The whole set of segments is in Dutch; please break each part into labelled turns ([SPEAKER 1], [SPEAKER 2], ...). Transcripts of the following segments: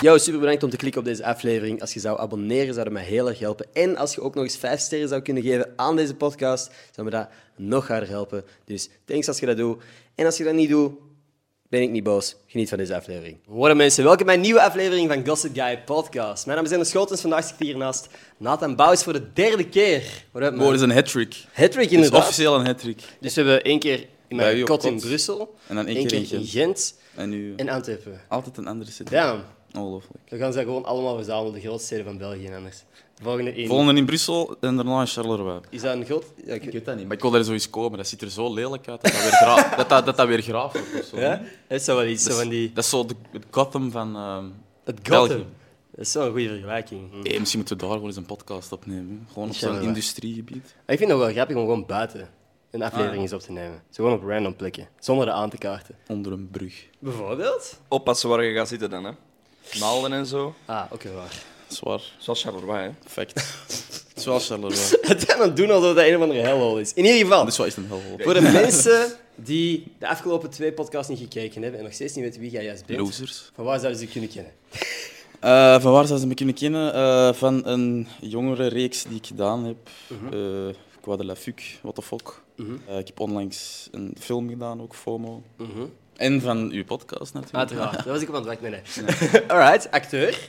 [SPEAKER 1] Yo, super bedankt om te klikken op deze aflevering. Als je zou abonneren, zou dat mij heel erg helpen. En als je ook nog eens 5 sterren zou kunnen geven aan deze podcast, zou me dat nog harder helpen. Dus thanks als je dat doet. En als je dat niet doet, ben ik niet boos. Geniet van deze aflevering. Voilà mensen, welkom bij een nieuwe aflevering van Gossip Guy Podcast. Mijn naam is Ender Schotens, vandaag zit ik hiernaast Nathan Bouws voor de derde keer. What up,
[SPEAKER 2] Wow, dat
[SPEAKER 1] man?
[SPEAKER 2] is een hat-trick.
[SPEAKER 1] Hattrick
[SPEAKER 2] Het is
[SPEAKER 1] inderdaad.
[SPEAKER 2] officieel een hat-trick.
[SPEAKER 1] Dus we hebben één keer in
[SPEAKER 2] Bij u
[SPEAKER 1] mijn
[SPEAKER 2] op
[SPEAKER 1] kot in
[SPEAKER 2] kot.
[SPEAKER 1] Brussel,
[SPEAKER 2] En dan één
[SPEAKER 1] één
[SPEAKER 2] keer in
[SPEAKER 1] keer in Gent
[SPEAKER 2] En nu
[SPEAKER 1] en Antwerpen.
[SPEAKER 2] altijd een andere city.
[SPEAKER 1] Damn.
[SPEAKER 2] Ongelooflijk.
[SPEAKER 1] Dan gaan ze gewoon allemaal verzamelen, de grootste steden van België en anders. De volgende één.
[SPEAKER 2] Volgende in Brussel en daarna in Charleroi.
[SPEAKER 1] Is dat een groot... Ja, ik-
[SPEAKER 3] Ik weet dat niet, maar ik wil er zoiets komen. Dat ziet er zo lelijk uit dat dat weer, gra- dat dat, dat dat weer graaf wordt of zo.
[SPEAKER 1] Ja? Dat is zo wel iets,
[SPEAKER 2] Dat
[SPEAKER 1] zo
[SPEAKER 2] is-
[SPEAKER 1] van die...
[SPEAKER 2] Dat is zo de, het Gotham van... ehm,
[SPEAKER 1] Het Gotham.
[SPEAKER 2] België.
[SPEAKER 1] Dat is wel een goede vergelijking. Hm.
[SPEAKER 2] eh, misschien moeten we daar gewoon eens een podcast opnemen. Gewoon op zo'n
[SPEAKER 1] Charleroi.
[SPEAKER 2] industriegebied.
[SPEAKER 1] Maar ik vind het wel grappig om gewoon buiten een aflevering
[SPEAKER 2] Ah, ja.
[SPEAKER 1] eens op te nemen. Zo gewoon op random plekken, zonder dat aan te kaarten.
[SPEAKER 2] Onder een brug.
[SPEAKER 1] Bijvoorbeeld?
[SPEAKER 4] Oppassen waar je gaat zitten dan, hè. Naalden en zo.
[SPEAKER 1] Ah, oké, waar.
[SPEAKER 2] Zwaar.
[SPEAKER 4] Zoals Charleroi, hè.
[SPEAKER 2] Fact. Het is wel Charleroi.
[SPEAKER 1] Het aan het doen alsof dat een of andere hellhole is. In ieder geval,
[SPEAKER 2] Dat is wel echt een helhol.
[SPEAKER 1] voor de mensen die de afgelopen twee podcasts niet gekeken hebben en nog steeds niet weten wie jij juist bent,
[SPEAKER 2] Losers.
[SPEAKER 1] van waar zouden ze je kunnen kennen?
[SPEAKER 2] Eh, van waar zou ze me kunnen kennen? Eh, van een jongere reeks die ik gedaan heb.
[SPEAKER 1] Mhm.
[SPEAKER 2] Eh, Qua de la Fuc, what the fuck. Eh, ik heb onlangs een film gedaan, ook FOMO. En van uw podcast natuurlijk.
[SPEAKER 1] Uiteraard, dat was ik op aan het wachten. Nee. nee. Alright, acteur,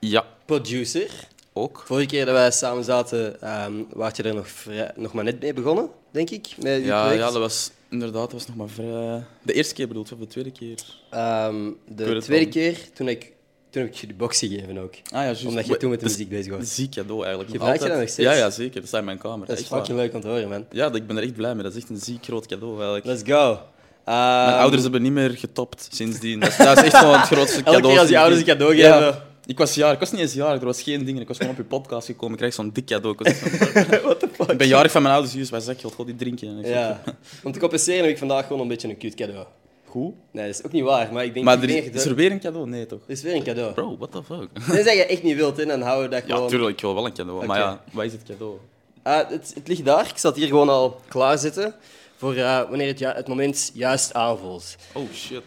[SPEAKER 2] Ja,
[SPEAKER 1] producer.
[SPEAKER 2] ook.
[SPEAKER 1] Vorige keer dat wij samen zaten, ehm was je er nog, vrij- nog maar net mee begonnen, denk ik. Met je
[SPEAKER 2] Ja,
[SPEAKER 1] project.
[SPEAKER 2] ja, dat was inderdaad dat was nog maar vrij... De eerste keer bedoeld, of de tweede keer?
[SPEAKER 1] Ehm, de
[SPEAKER 2] Ik weet het
[SPEAKER 1] tweede
[SPEAKER 2] al.
[SPEAKER 1] keer, toen, ik, toen heb ik je de box gegeven ook.
[SPEAKER 2] Ah ja, juist.
[SPEAKER 1] Omdat je
[SPEAKER 2] Maar-
[SPEAKER 1] toen met de
[SPEAKER 2] dat is
[SPEAKER 1] muziek bezig
[SPEAKER 2] een
[SPEAKER 1] was.
[SPEAKER 2] Ziek cadeau eigenlijk.
[SPEAKER 1] Je
[SPEAKER 2] nog
[SPEAKER 1] vraagt je
[SPEAKER 2] altijd.
[SPEAKER 1] dat nog steeds?
[SPEAKER 2] Ja, ja, zeker. Dat staat in mijn kamer.
[SPEAKER 1] Dat is
[SPEAKER 2] dus- echt waar.
[SPEAKER 1] fucking leuk om te horen, man.
[SPEAKER 2] Ja, ik ben er echt blij mee. Dat is echt een ziek groot cadeau eigenlijk.
[SPEAKER 1] Let's go. Ehm,
[SPEAKER 2] Mijn ouders hebben niet meer getopt sindsdien. Dat is, dat is echt gewoon het grootste cadeau.
[SPEAKER 1] Elke keer als je ouders een cadeau
[SPEAKER 2] Ja.
[SPEAKER 1] geven.
[SPEAKER 2] Ik was jaar, ik was niet eens jarig, er was geen dingen. Ik was gewoon op je podcast gekomen, ik kreeg zo'n dik cadeau. Ik, was echt van,
[SPEAKER 1] What the fuck?
[SPEAKER 2] ik ben jarig van mijn ouders, juist, wij zeggen, ik wil die drinken. En ik zeg,
[SPEAKER 1] Ja. Om te compenseren heb ik vandaag gewoon een beetje een kut cadeau.
[SPEAKER 2] Goed.
[SPEAKER 1] Nee, dat is ook niet waar, maar ik denk...
[SPEAKER 2] Maar
[SPEAKER 1] ik
[SPEAKER 2] er
[SPEAKER 1] denk
[SPEAKER 2] is,
[SPEAKER 1] het
[SPEAKER 2] is
[SPEAKER 1] wel.
[SPEAKER 2] er weer een cadeau? Nee, toch?
[SPEAKER 1] Er is weer een cadeau.
[SPEAKER 2] Bro, what the fuck?
[SPEAKER 1] Tenzij je echt niet wilt, hè, dan houden we dat gewoon...
[SPEAKER 2] Ja, tuurlijk, ik wil wel een cadeau. Maar
[SPEAKER 1] Oké.
[SPEAKER 2] ja, wat is het cadeau?
[SPEAKER 1] Ah, het, het ligt daar. Ik zat hier gewoon al klaarzitten voor eh, wanneer het, ju- het moment juist aanvoelt.
[SPEAKER 2] Oh shit.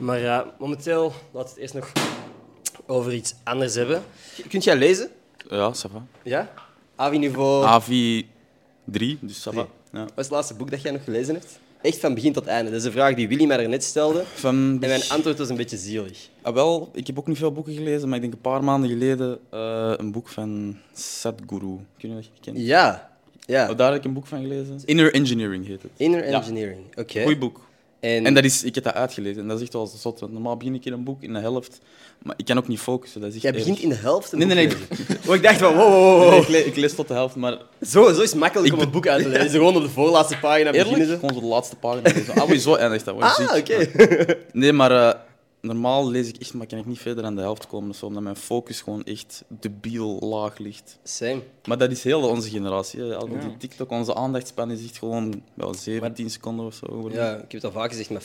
[SPEAKER 2] maar
[SPEAKER 1] Maar eh, momenteel laten we het eerst nog over iets anders hebben. Kunt jij lezen?
[SPEAKER 2] Ja, ça va.
[SPEAKER 1] Ja? AVI-niveau.
[SPEAKER 2] Ah. AVI 3, dus ça va. Ja.
[SPEAKER 1] Wat is het laatste boek dat jij nog gelezen hebt? Echt van begin tot einde. Dat is een vraag die Willy mij daarnet stelde.
[SPEAKER 2] Van
[SPEAKER 1] En mijn antwoord was een beetje zielig.
[SPEAKER 2] Ah, wel, ik heb ook niet veel boeken gelezen, maar ik denk een paar maanden geleden eh, een boek van Sadhguru. Kun je dat kennen?
[SPEAKER 1] Ja. Ja.
[SPEAKER 2] Oh, daar heb ik een boek van gelezen. Inner Engineering heet het.
[SPEAKER 1] Inner
[SPEAKER 2] Ja.
[SPEAKER 1] Engineering. Oké.
[SPEAKER 2] Goed boek.
[SPEAKER 1] En,
[SPEAKER 2] En dat is, ik heb dat uitgelezen en dat is echt wel zot. Want normaal begin ik in een boek in de helft, maar ik kan ook niet focussen. Dat is echt
[SPEAKER 1] jij begint
[SPEAKER 2] erg.
[SPEAKER 1] in de helft. een
[SPEAKER 2] Nee, nee, nee.
[SPEAKER 1] boek
[SPEAKER 2] Ik,
[SPEAKER 1] te lezen. Oh, ik dacht van, wow, wow, wow,
[SPEAKER 2] nee,
[SPEAKER 1] wow.
[SPEAKER 2] ik, le- ik lees tot de helft, maar
[SPEAKER 1] Zo, zo is het makkelijk
[SPEAKER 2] Ik
[SPEAKER 1] om
[SPEAKER 2] be-
[SPEAKER 1] een boek uit te lezen. Gewoon op de voorlaatste pagina beginnen
[SPEAKER 2] eerlijk,
[SPEAKER 1] ze.
[SPEAKER 2] gewoon zo de laatste pagina. lezen. Ah, zo eindigt dat. word je
[SPEAKER 1] Ah,
[SPEAKER 2] ziek.
[SPEAKER 1] oké.
[SPEAKER 2] Nee, maar eh, normaal lees ik echt, maar kan ik niet verder aan de helft komen. of zo, omdat mijn focus gewoon echt debiel laag ligt.
[SPEAKER 1] Same.
[SPEAKER 2] Maar dat is heel onze generatie. Hè. Al die TikTok, onze aandachtspan is echt gewoon wel 17 seconden of zo. geworden.
[SPEAKER 1] Ja, ik heb het al vaak gezegd, maar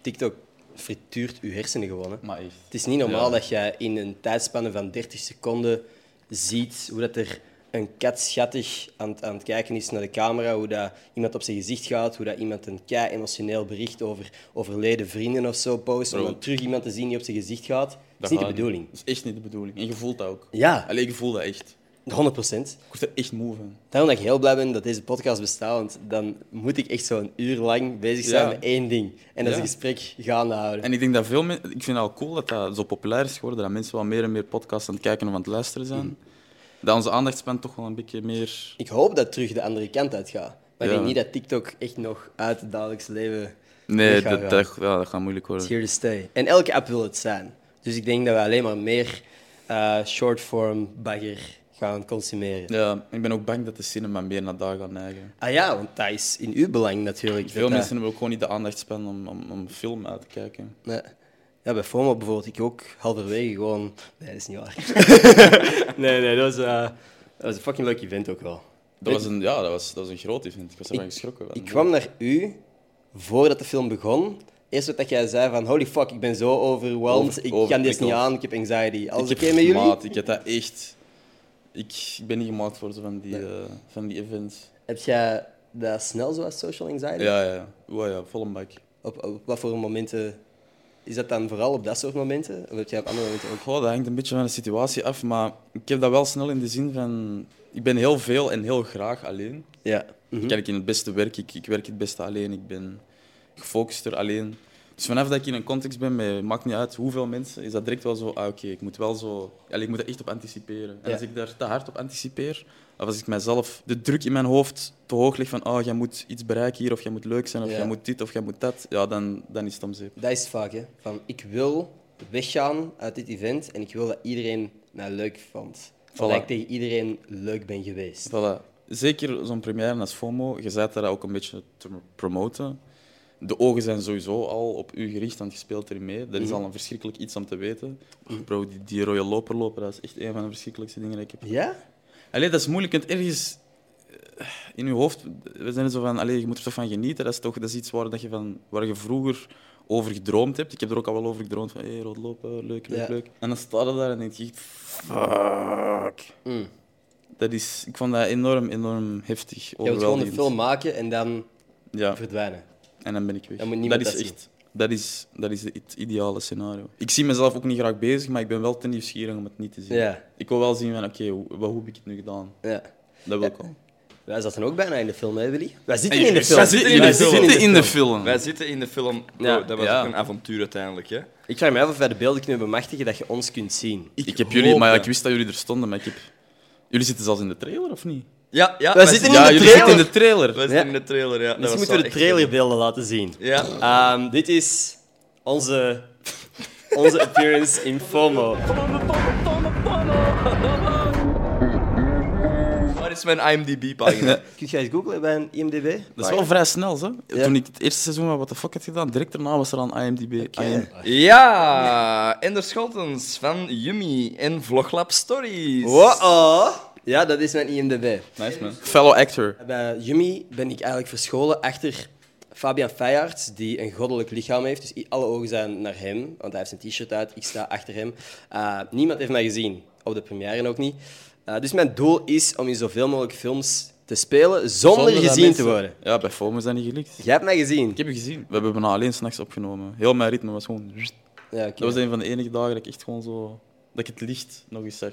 [SPEAKER 1] TikTok frituurt uw hersenen gewoon. Hè.
[SPEAKER 2] Maar echt.
[SPEAKER 1] Het is niet normaal
[SPEAKER 2] Ja.
[SPEAKER 1] dat jij in een tijdspanne van 30 seconden ziet hoe dat er een kat schattig aan, het- aan het kijken is naar de camera, hoe dat iemand op zijn gezicht gaat, hoe dat iemand een kei emotioneel bericht over overleden vrienden of zo post, om
[SPEAKER 2] Bro.
[SPEAKER 1] dan terug iemand te zien die op zijn gezicht gaat. Dat is
[SPEAKER 2] Dat
[SPEAKER 1] niet de
[SPEAKER 2] gaat-
[SPEAKER 1] bedoeling.
[SPEAKER 2] Dat is echt niet de bedoeling. En je voelt dat ook.
[SPEAKER 1] Ja,
[SPEAKER 2] Alleen, je voelt dat echt.
[SPEAKER 1] 100
[SPEAKER 2] Ik word er echt moe van.
[SPEAKER 1] Daarom dat ik heel blij ben dat deze podcast bestaat, want dan moet ik echt zo'n uur lang bezig zijn
[SPEAKER 2] Ja.
[SPEAKER 1] met één ding. En dat is
[SPEAKER 2] Ja.
[SPEAKER 1] een gesprek gaande houden.
[SPEAKER 2] En ik denk dat veel mensen. Ik vind het al cool dat dat zo populair is geworden. Dat mensen wel meer en meer podcasts aan het kijken of aan het luisteren zijn. Dat onze aandachtspan toch wel een beetje meer.
[SPEAKER 1] Ik hoop dat het terug de andere kant uit gaat. Maar ik
[SPEAKER 2] Ja.
[SPEAKER 1] denk niet dat TikTok echt nog uit het dagelijks leven
[SPEAKER 2] Nee,
[SPEAKER 1] weg gaat
[SPEAKER 2] dat,
[SPEAKER 1] gaan.
[SPEAKER 2] dat, ja, dat gaat moeilijk
[SPEAKER 1] It's
[SPEAKER 2] worden.
[SPEAKER 1] here to stay. En elke app wil het zijn. Dus ik denk dat we alleen maar meer eh short-form bagger gaan consumeren.
[SPEAKER 2] Ja, ik ben ook bang dat de cinema meer naar daar gaat neigen.
[SPEAKER 1] Ah ja, want dat is in uw belang natuurlijk.
[SPEAKER 2] Veel
[SPEAKER 1] dat dat-
[SPEAKER 2] mensen hebben ook gewoon niet de aandachtspan om, om, om film uit te kijken.
[SPEAKER 1] Nee. Ja, bij FOMO bijvoorbeeld, ik ook halverwege gewoon... Nee, dat is niet waar. nee, nee, dat was, eh, dat was een fucking leuk event ook wel.
[SPEAKER 2] Dat was een, ja, dat was, dat was een groot event. Ik was ervan
[SPEAKER 1] Ik-
[SPEAKER 2] geschrokken.
[SPEAKER 1] Ik kwam naar u voordat de film begon. Eerst wat dat jij zei van holy fuck, ik ben zo overwhelmed,
[SPEAKER 2] Over-
[SPEAKER 1] ik kan dit
[SPEAKER 2] overprikkeld.
[SPEAKER 1] niet aan, ik heb anxiety. Alles
[SPEAKER 2] Ik
[SPEAKER 1] oké
[SPEAKER 2] heb-
[SPEAKER 1] met jullie?
[SPEAKER 2] Maat, ik heb dat echt... Ik ben niet gemaakt voor zo van die, eh, van die events.
[SPEAKER 1] Heb jij dat snel zo als social anxiety?
[SPEAKER 2] Ja, ja, ja. Oh, ja, volle bak.
[SPEAKER 1] Op, op wat voor momenten Is dat dan vooral op dat soort momenten? Of heb jij op andere momenten ook...
[SPEAKER 2] Goh, dat hangt een beetje van de situatie af, maar ik heb dat wel snel in de zin van... Ik ben heel veel en heel graag alleen.
[SPEAKER 1] Ja. Mhm.
[SPEAKER 2] Kijk, in het beste werk, ik, ik werk het beste alleen, ik ben gefocuster alleen. Dus vanaf dat ik in een context ben, met, maakt niet uit hoeveel mensen, is dat direct wel zo, ah oké, ik moet wel zo... Allee, ik moet er echt op anticiperen. En
[SPEAKER 1] Ja.
[SPEAKER 2] als ik daar te hard op anticipeer, of als ik mijzelf de druk in mijn hoofd te hoog leg van, ah, jij moet iets bereiken hier, of jij moet leuk zijn, of
[SPEAKER 1] Ja.
[SPEAKER 2] jij moet dit, of jij moet dat, ja, dan, dan is het om zeep.
[SPEAKER 1] Dat is het vaak, hè. Van, ik wil weggaan uit dit event en ik wil dat iedereen mij leuk vond. Of
[SPEAKER 2] Voilà.
[SPEAKER 1] dat ik tegen iedereen leuk ben geweest.
[SPEAKER 2] Voilà. Zeker zo'n première als FOMO, je zet dat ook een beetje te promoten. De ogen zijn sowieso al op u gericht, want je speelt erin mee. Dat is al een verschrikkelijk iets om te weten. Bro, die, die rode loper lopen, dat is echt een van de verschrikkelijkste dingen die ik heb.
[SPEAKER 1] Ja?
[SPEAKER 2] Allee, dat is moeilijk, want ergens eh, in je hoofd, we zijn er zo van, allee, je moet er toch van genieten. Dat is toch dat is iets waar, dat je van, waar je vroeger over gedroomd hebt. Ik heb er ook al wel over gedroomd, van hey, rood lopen, leuk, leuk,
[SPEAKER 1] Ja.
[SPEAKER 2] leuk. En dan sta je daar en denk je, echt, fuck.
[SPEAKER 1] Mm.
[SPEAKER 2] Dat is, ik vond dat enorm, enorm heftig.
[SPEAKER 1] Je wilt gewoon een
[SPEAKER 2] overweldigend.
[SPEAKER 1] film maken en dan
[SPEAKER 2] Ja,
[SPEAKER 1] verdwijnen.
[SPEAKER 2] en dan ben ik weg.
[SPEAKER 1] Dan moet niemand
[SPEAKER 2] dat is
[SPEAKER 1] dat zien.
[SPEAKER 2] echt. Dat is, dat is het ideale scenario. Ik zie mezelf ook niet graag bezig, maar ik ben wel te nieuwsgierig om het niet te zien.
[SPEAKER 1] Ja.
[SPEAKER 2] Ik wil wel zien van, oké, hoe, wat- hoe heb ik het nu gedaan?
[SPEAKER 1] Ja.
[SPEAKER 2] Dat wil ik al.
[SPEAKER 1] Wij zaten ook bijna in de film, hè, Willy? Wij zitten
[SPEAKER 4] Hey,
[SPEAKER 1] in de
[SPEAKER 4] wij
[SPEAKER 1] film.
[SPEAKER 4] zitten in de
[SPEAKER 1] Wij
[SPEAKER 4] film.
[SPEAKER 2] zitten in de film.
[SPEAKER 4] Wij zitten in de film. Bro,
[SPEAKER 1] Ja.
[SPEAKER 4] dat was
[SPEAKER 2] Ja.
[SPEAKER 4] ook een avontuur uiteindelijk, hè?
[SPEAKER 1] Ik vraag me af of wij de beelden kunnen bemachtigen dat je ons kunt zien.
[SPEAKER 2] Ik,
[SPEAKER 4] Ik
[SPEAKER 2] heb jullie,
[SPEAKER 4] hoop
[SPEAKER 2] maar ja,
[SPEAKER 4] dat.
[SPEAKER 2] ik wist dat jullie er stonden, maar ik heb... Jullie zitten zelfs in de trailer, of niet?
[SPEAKER 4] Ja, ja.
[SPEAKER 1] Wij zitten in
[SPEAKER 2] ja,
[SPEAKER 1] de
[SPEAKER 2] jullie
[SPEAKER 1] trailer.
[SPEAKER 2] zitten in de trailer.
[SPEAKER 4] Wij zitten in de trailer, ja. Dat
[SPEAKER 1] Dus
[SPEAKER 4] was
[SPEAKER 1] moeten we
[SPEAKER 4] wel
[SPEAKER 1] de
[SPEAKER 4] echt-
[SPEAKER 1] trailerbeelden laten zien.
[SPEAKER 4] Ja.
[SPEAKER 1] Ehm, dit is onze, onze appearance in FOMO.
[SPEAKER 4] Waar is mijn IMDb-pagina?
[SPEAKER 1] Kun jij eens googlen bij een IMDb?
[SPEAKER 2] Dat is wel vrij snel, hè?
[SPEAKER 1] Ja. Ah,
[SPEAKER 2] Toen ik het eerste seizoen van What the Fuck had gedaan, direct daarna was er aan IMDb. IM.
[SPEAKER 4] ja, Ender Scholtens van Yummy en Vloglab Stories.
[SPEAKER 1] Wow. Ja, dat is mijn IMDb.
[SPEAKER 2] Nice, man. Fellow actor.
[SPEAKER 1] Bij Yumi Eh, ben ik eigenlijk verscholen achter Fabian Feijarts, die een goddelijk lichaam heeft. Dus i- alle ogen zijn naar hem, want hij heeft zijn t-shirt uit. Ik sta achter hem. Eh, niemand heeft mij gezien, op de première ook niet. Eh, dus mijn doel is om in zoveel mogelijk films te spelen zonder,
[SPEAKER 2] Zonder dat
[SPEAKER 1] gezien
[SPEAKER 2] mensen-
[SPEAKER 1] te worden.
[SPEAKER 2] Ja, bij FOMO is dat niet gelukt.
[SPEAKER 1] Jij hebt mij gezien.
[SPEAKER 2] Ik heb je gezien. We hebben bijna alleen s'nachts opgenomen. Heel mijn ritme was gewoon...
[SPEAKER 1] Ja, oké.
[SPEAKER 2] Dat was een van de enige dagen dat ik echt gewoon zo... Dat ik het licht nog eens zag.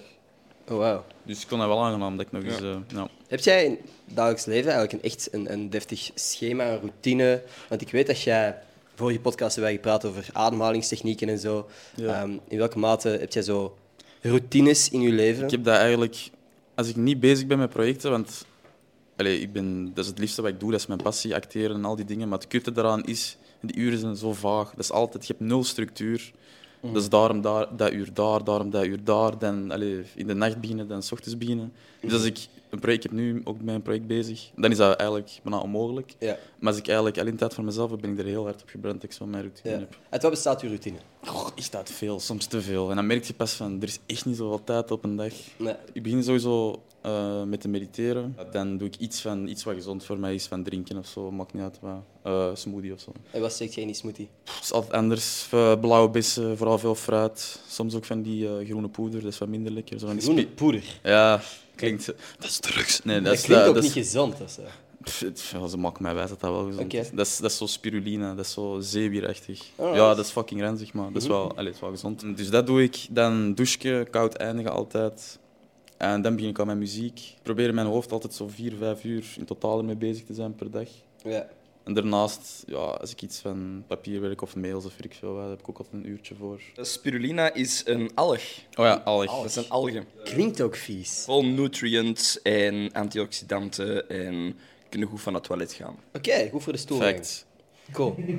[SPEAKER 1] Oh, wauw.
[SPEAKER 2] Dus ik vond dat wel aangenaam dat ik nog eens... eh, ja.
[SPEAKER 1] Heb jij in het dagelijks leven eigenlijk een, echt een, een deftig schema, een routine? Want ik weet dat jij, vorige podcast hebben wij gepraat over ademhalingstechnieken en zo.
[SPEAKER 2] Ja.
[SPEAKER 1] Ehm, in welke mate heb jij zo routines in je leven?
[SPEAKER 2] Ik heb dat eigenlijk... Als ik niet bezig ben met projecten, want... Allee, ik ben, dat is het liefste wat ik doe, dat is mijn passie, acteren en al die dingen. Maar het kutte daaraan is, die uren zijn zo vaag. Dat is altijd, je hebt nul structuur. Dus daarom daar, dat uur daar, daarom dat uur daar. Dan allee, in de nacht beginnen, dan s ochtends beginnen. Dus als ik een project, ik heb nu ook met een project bezig, dan is dat eigenlijk bijna onmogelijk.
[SPEAKER 1] Ja.
[SPEAKER 2] Maar als ik eigenlijk alleen tijd voor mezelf heb, ben ik er heel hard op gebrand dat ik zo mijn routine
[SPEAKER 1] Ja.
[SPEAKER 2] heb.
[SPEAKER 1] Uit wat bestaat je routine?
[SPEAKER 2] Goh, is dat veel? Soms te veel. En dan merk je pas van, er is echt niet zoveel tijd op een dag.
[SPEAKER 1] Nee.
[SPEAKER 2] Ik begin sowieso eh, met te mediteren. Dan doe ik iets, van, iets wat gezond voor mij is, van drinken of zo, maakt niet uit wat. Eh, smoothie of zo.
[SPEAKER 1] En wat steekt jij in die smoothie?
[SPEAKER 2] Het is altijd anders. Eh, Blauwe bessen, vooral veel fruit. Soms ook van die eh, groene poeder, dat is wat minder lekker. Zo van die
[SPEAKER 1] Groene
[SPEAKER 2] spi-
[SPEAKER 1] poeder.
[SPEAKER 2] Ja, klinkt... Dat is drugs. Nee, dat,
[SPEAKER 1] Dat
[SPEAKER 2] is...
[SPEAKER 1] klinkt ook
[SPEAKER 2] dat
[SPEAKER 1] niet
[SPEAKER 2] is-
[SPEAKER 1] gezond. Dat zo.
[SPEAKER 2] Pff, het- ja, ze maken mij wijs dat dat wel gezond
[SPEAKER 1] Oké.
[SPEAKER 2] is. Dat is. Dat is zo spirulina, dat is zo zeewierachtig.
[SPEAKER 1] Alright.
[SPEAKER 2] Ja, dat is fucking ranzig, maar dat is wel, allee, het is wel gezond. Dus dat doe ik. Dan douchen, koud eindigen altijd. En dan begin ik aan mijn muziek. Ik probeer in mijn hoofd altijd zo vier, vijf uur in totaal ermee bezig te zijn per dag.
[SPEAKER 1] Ja.
[SPEAKER 2] En daarnaast, ja, als ik iets van papierwerk of mails of weet ik veel, wat, daar heb ik ook altijd een uurtje voor.
[SPEAKER 4] Spirulina is een alg.
[SPEAKER 2] Oh ja, allig.
[SPEAKER 4] Dat is een algen.
[SPEAKER 1] Klinkt ook vies.
[SPEAKER 4] Vol nutrients en antioxidanten en kunnen goed van het toilet gaan.
[SPEAKER 1] Oké, goed voor de stoel.
[SPEAKER 2] Facts.
[SPEAKER 1] Cool.
[SPEAKER 2] Ja, ik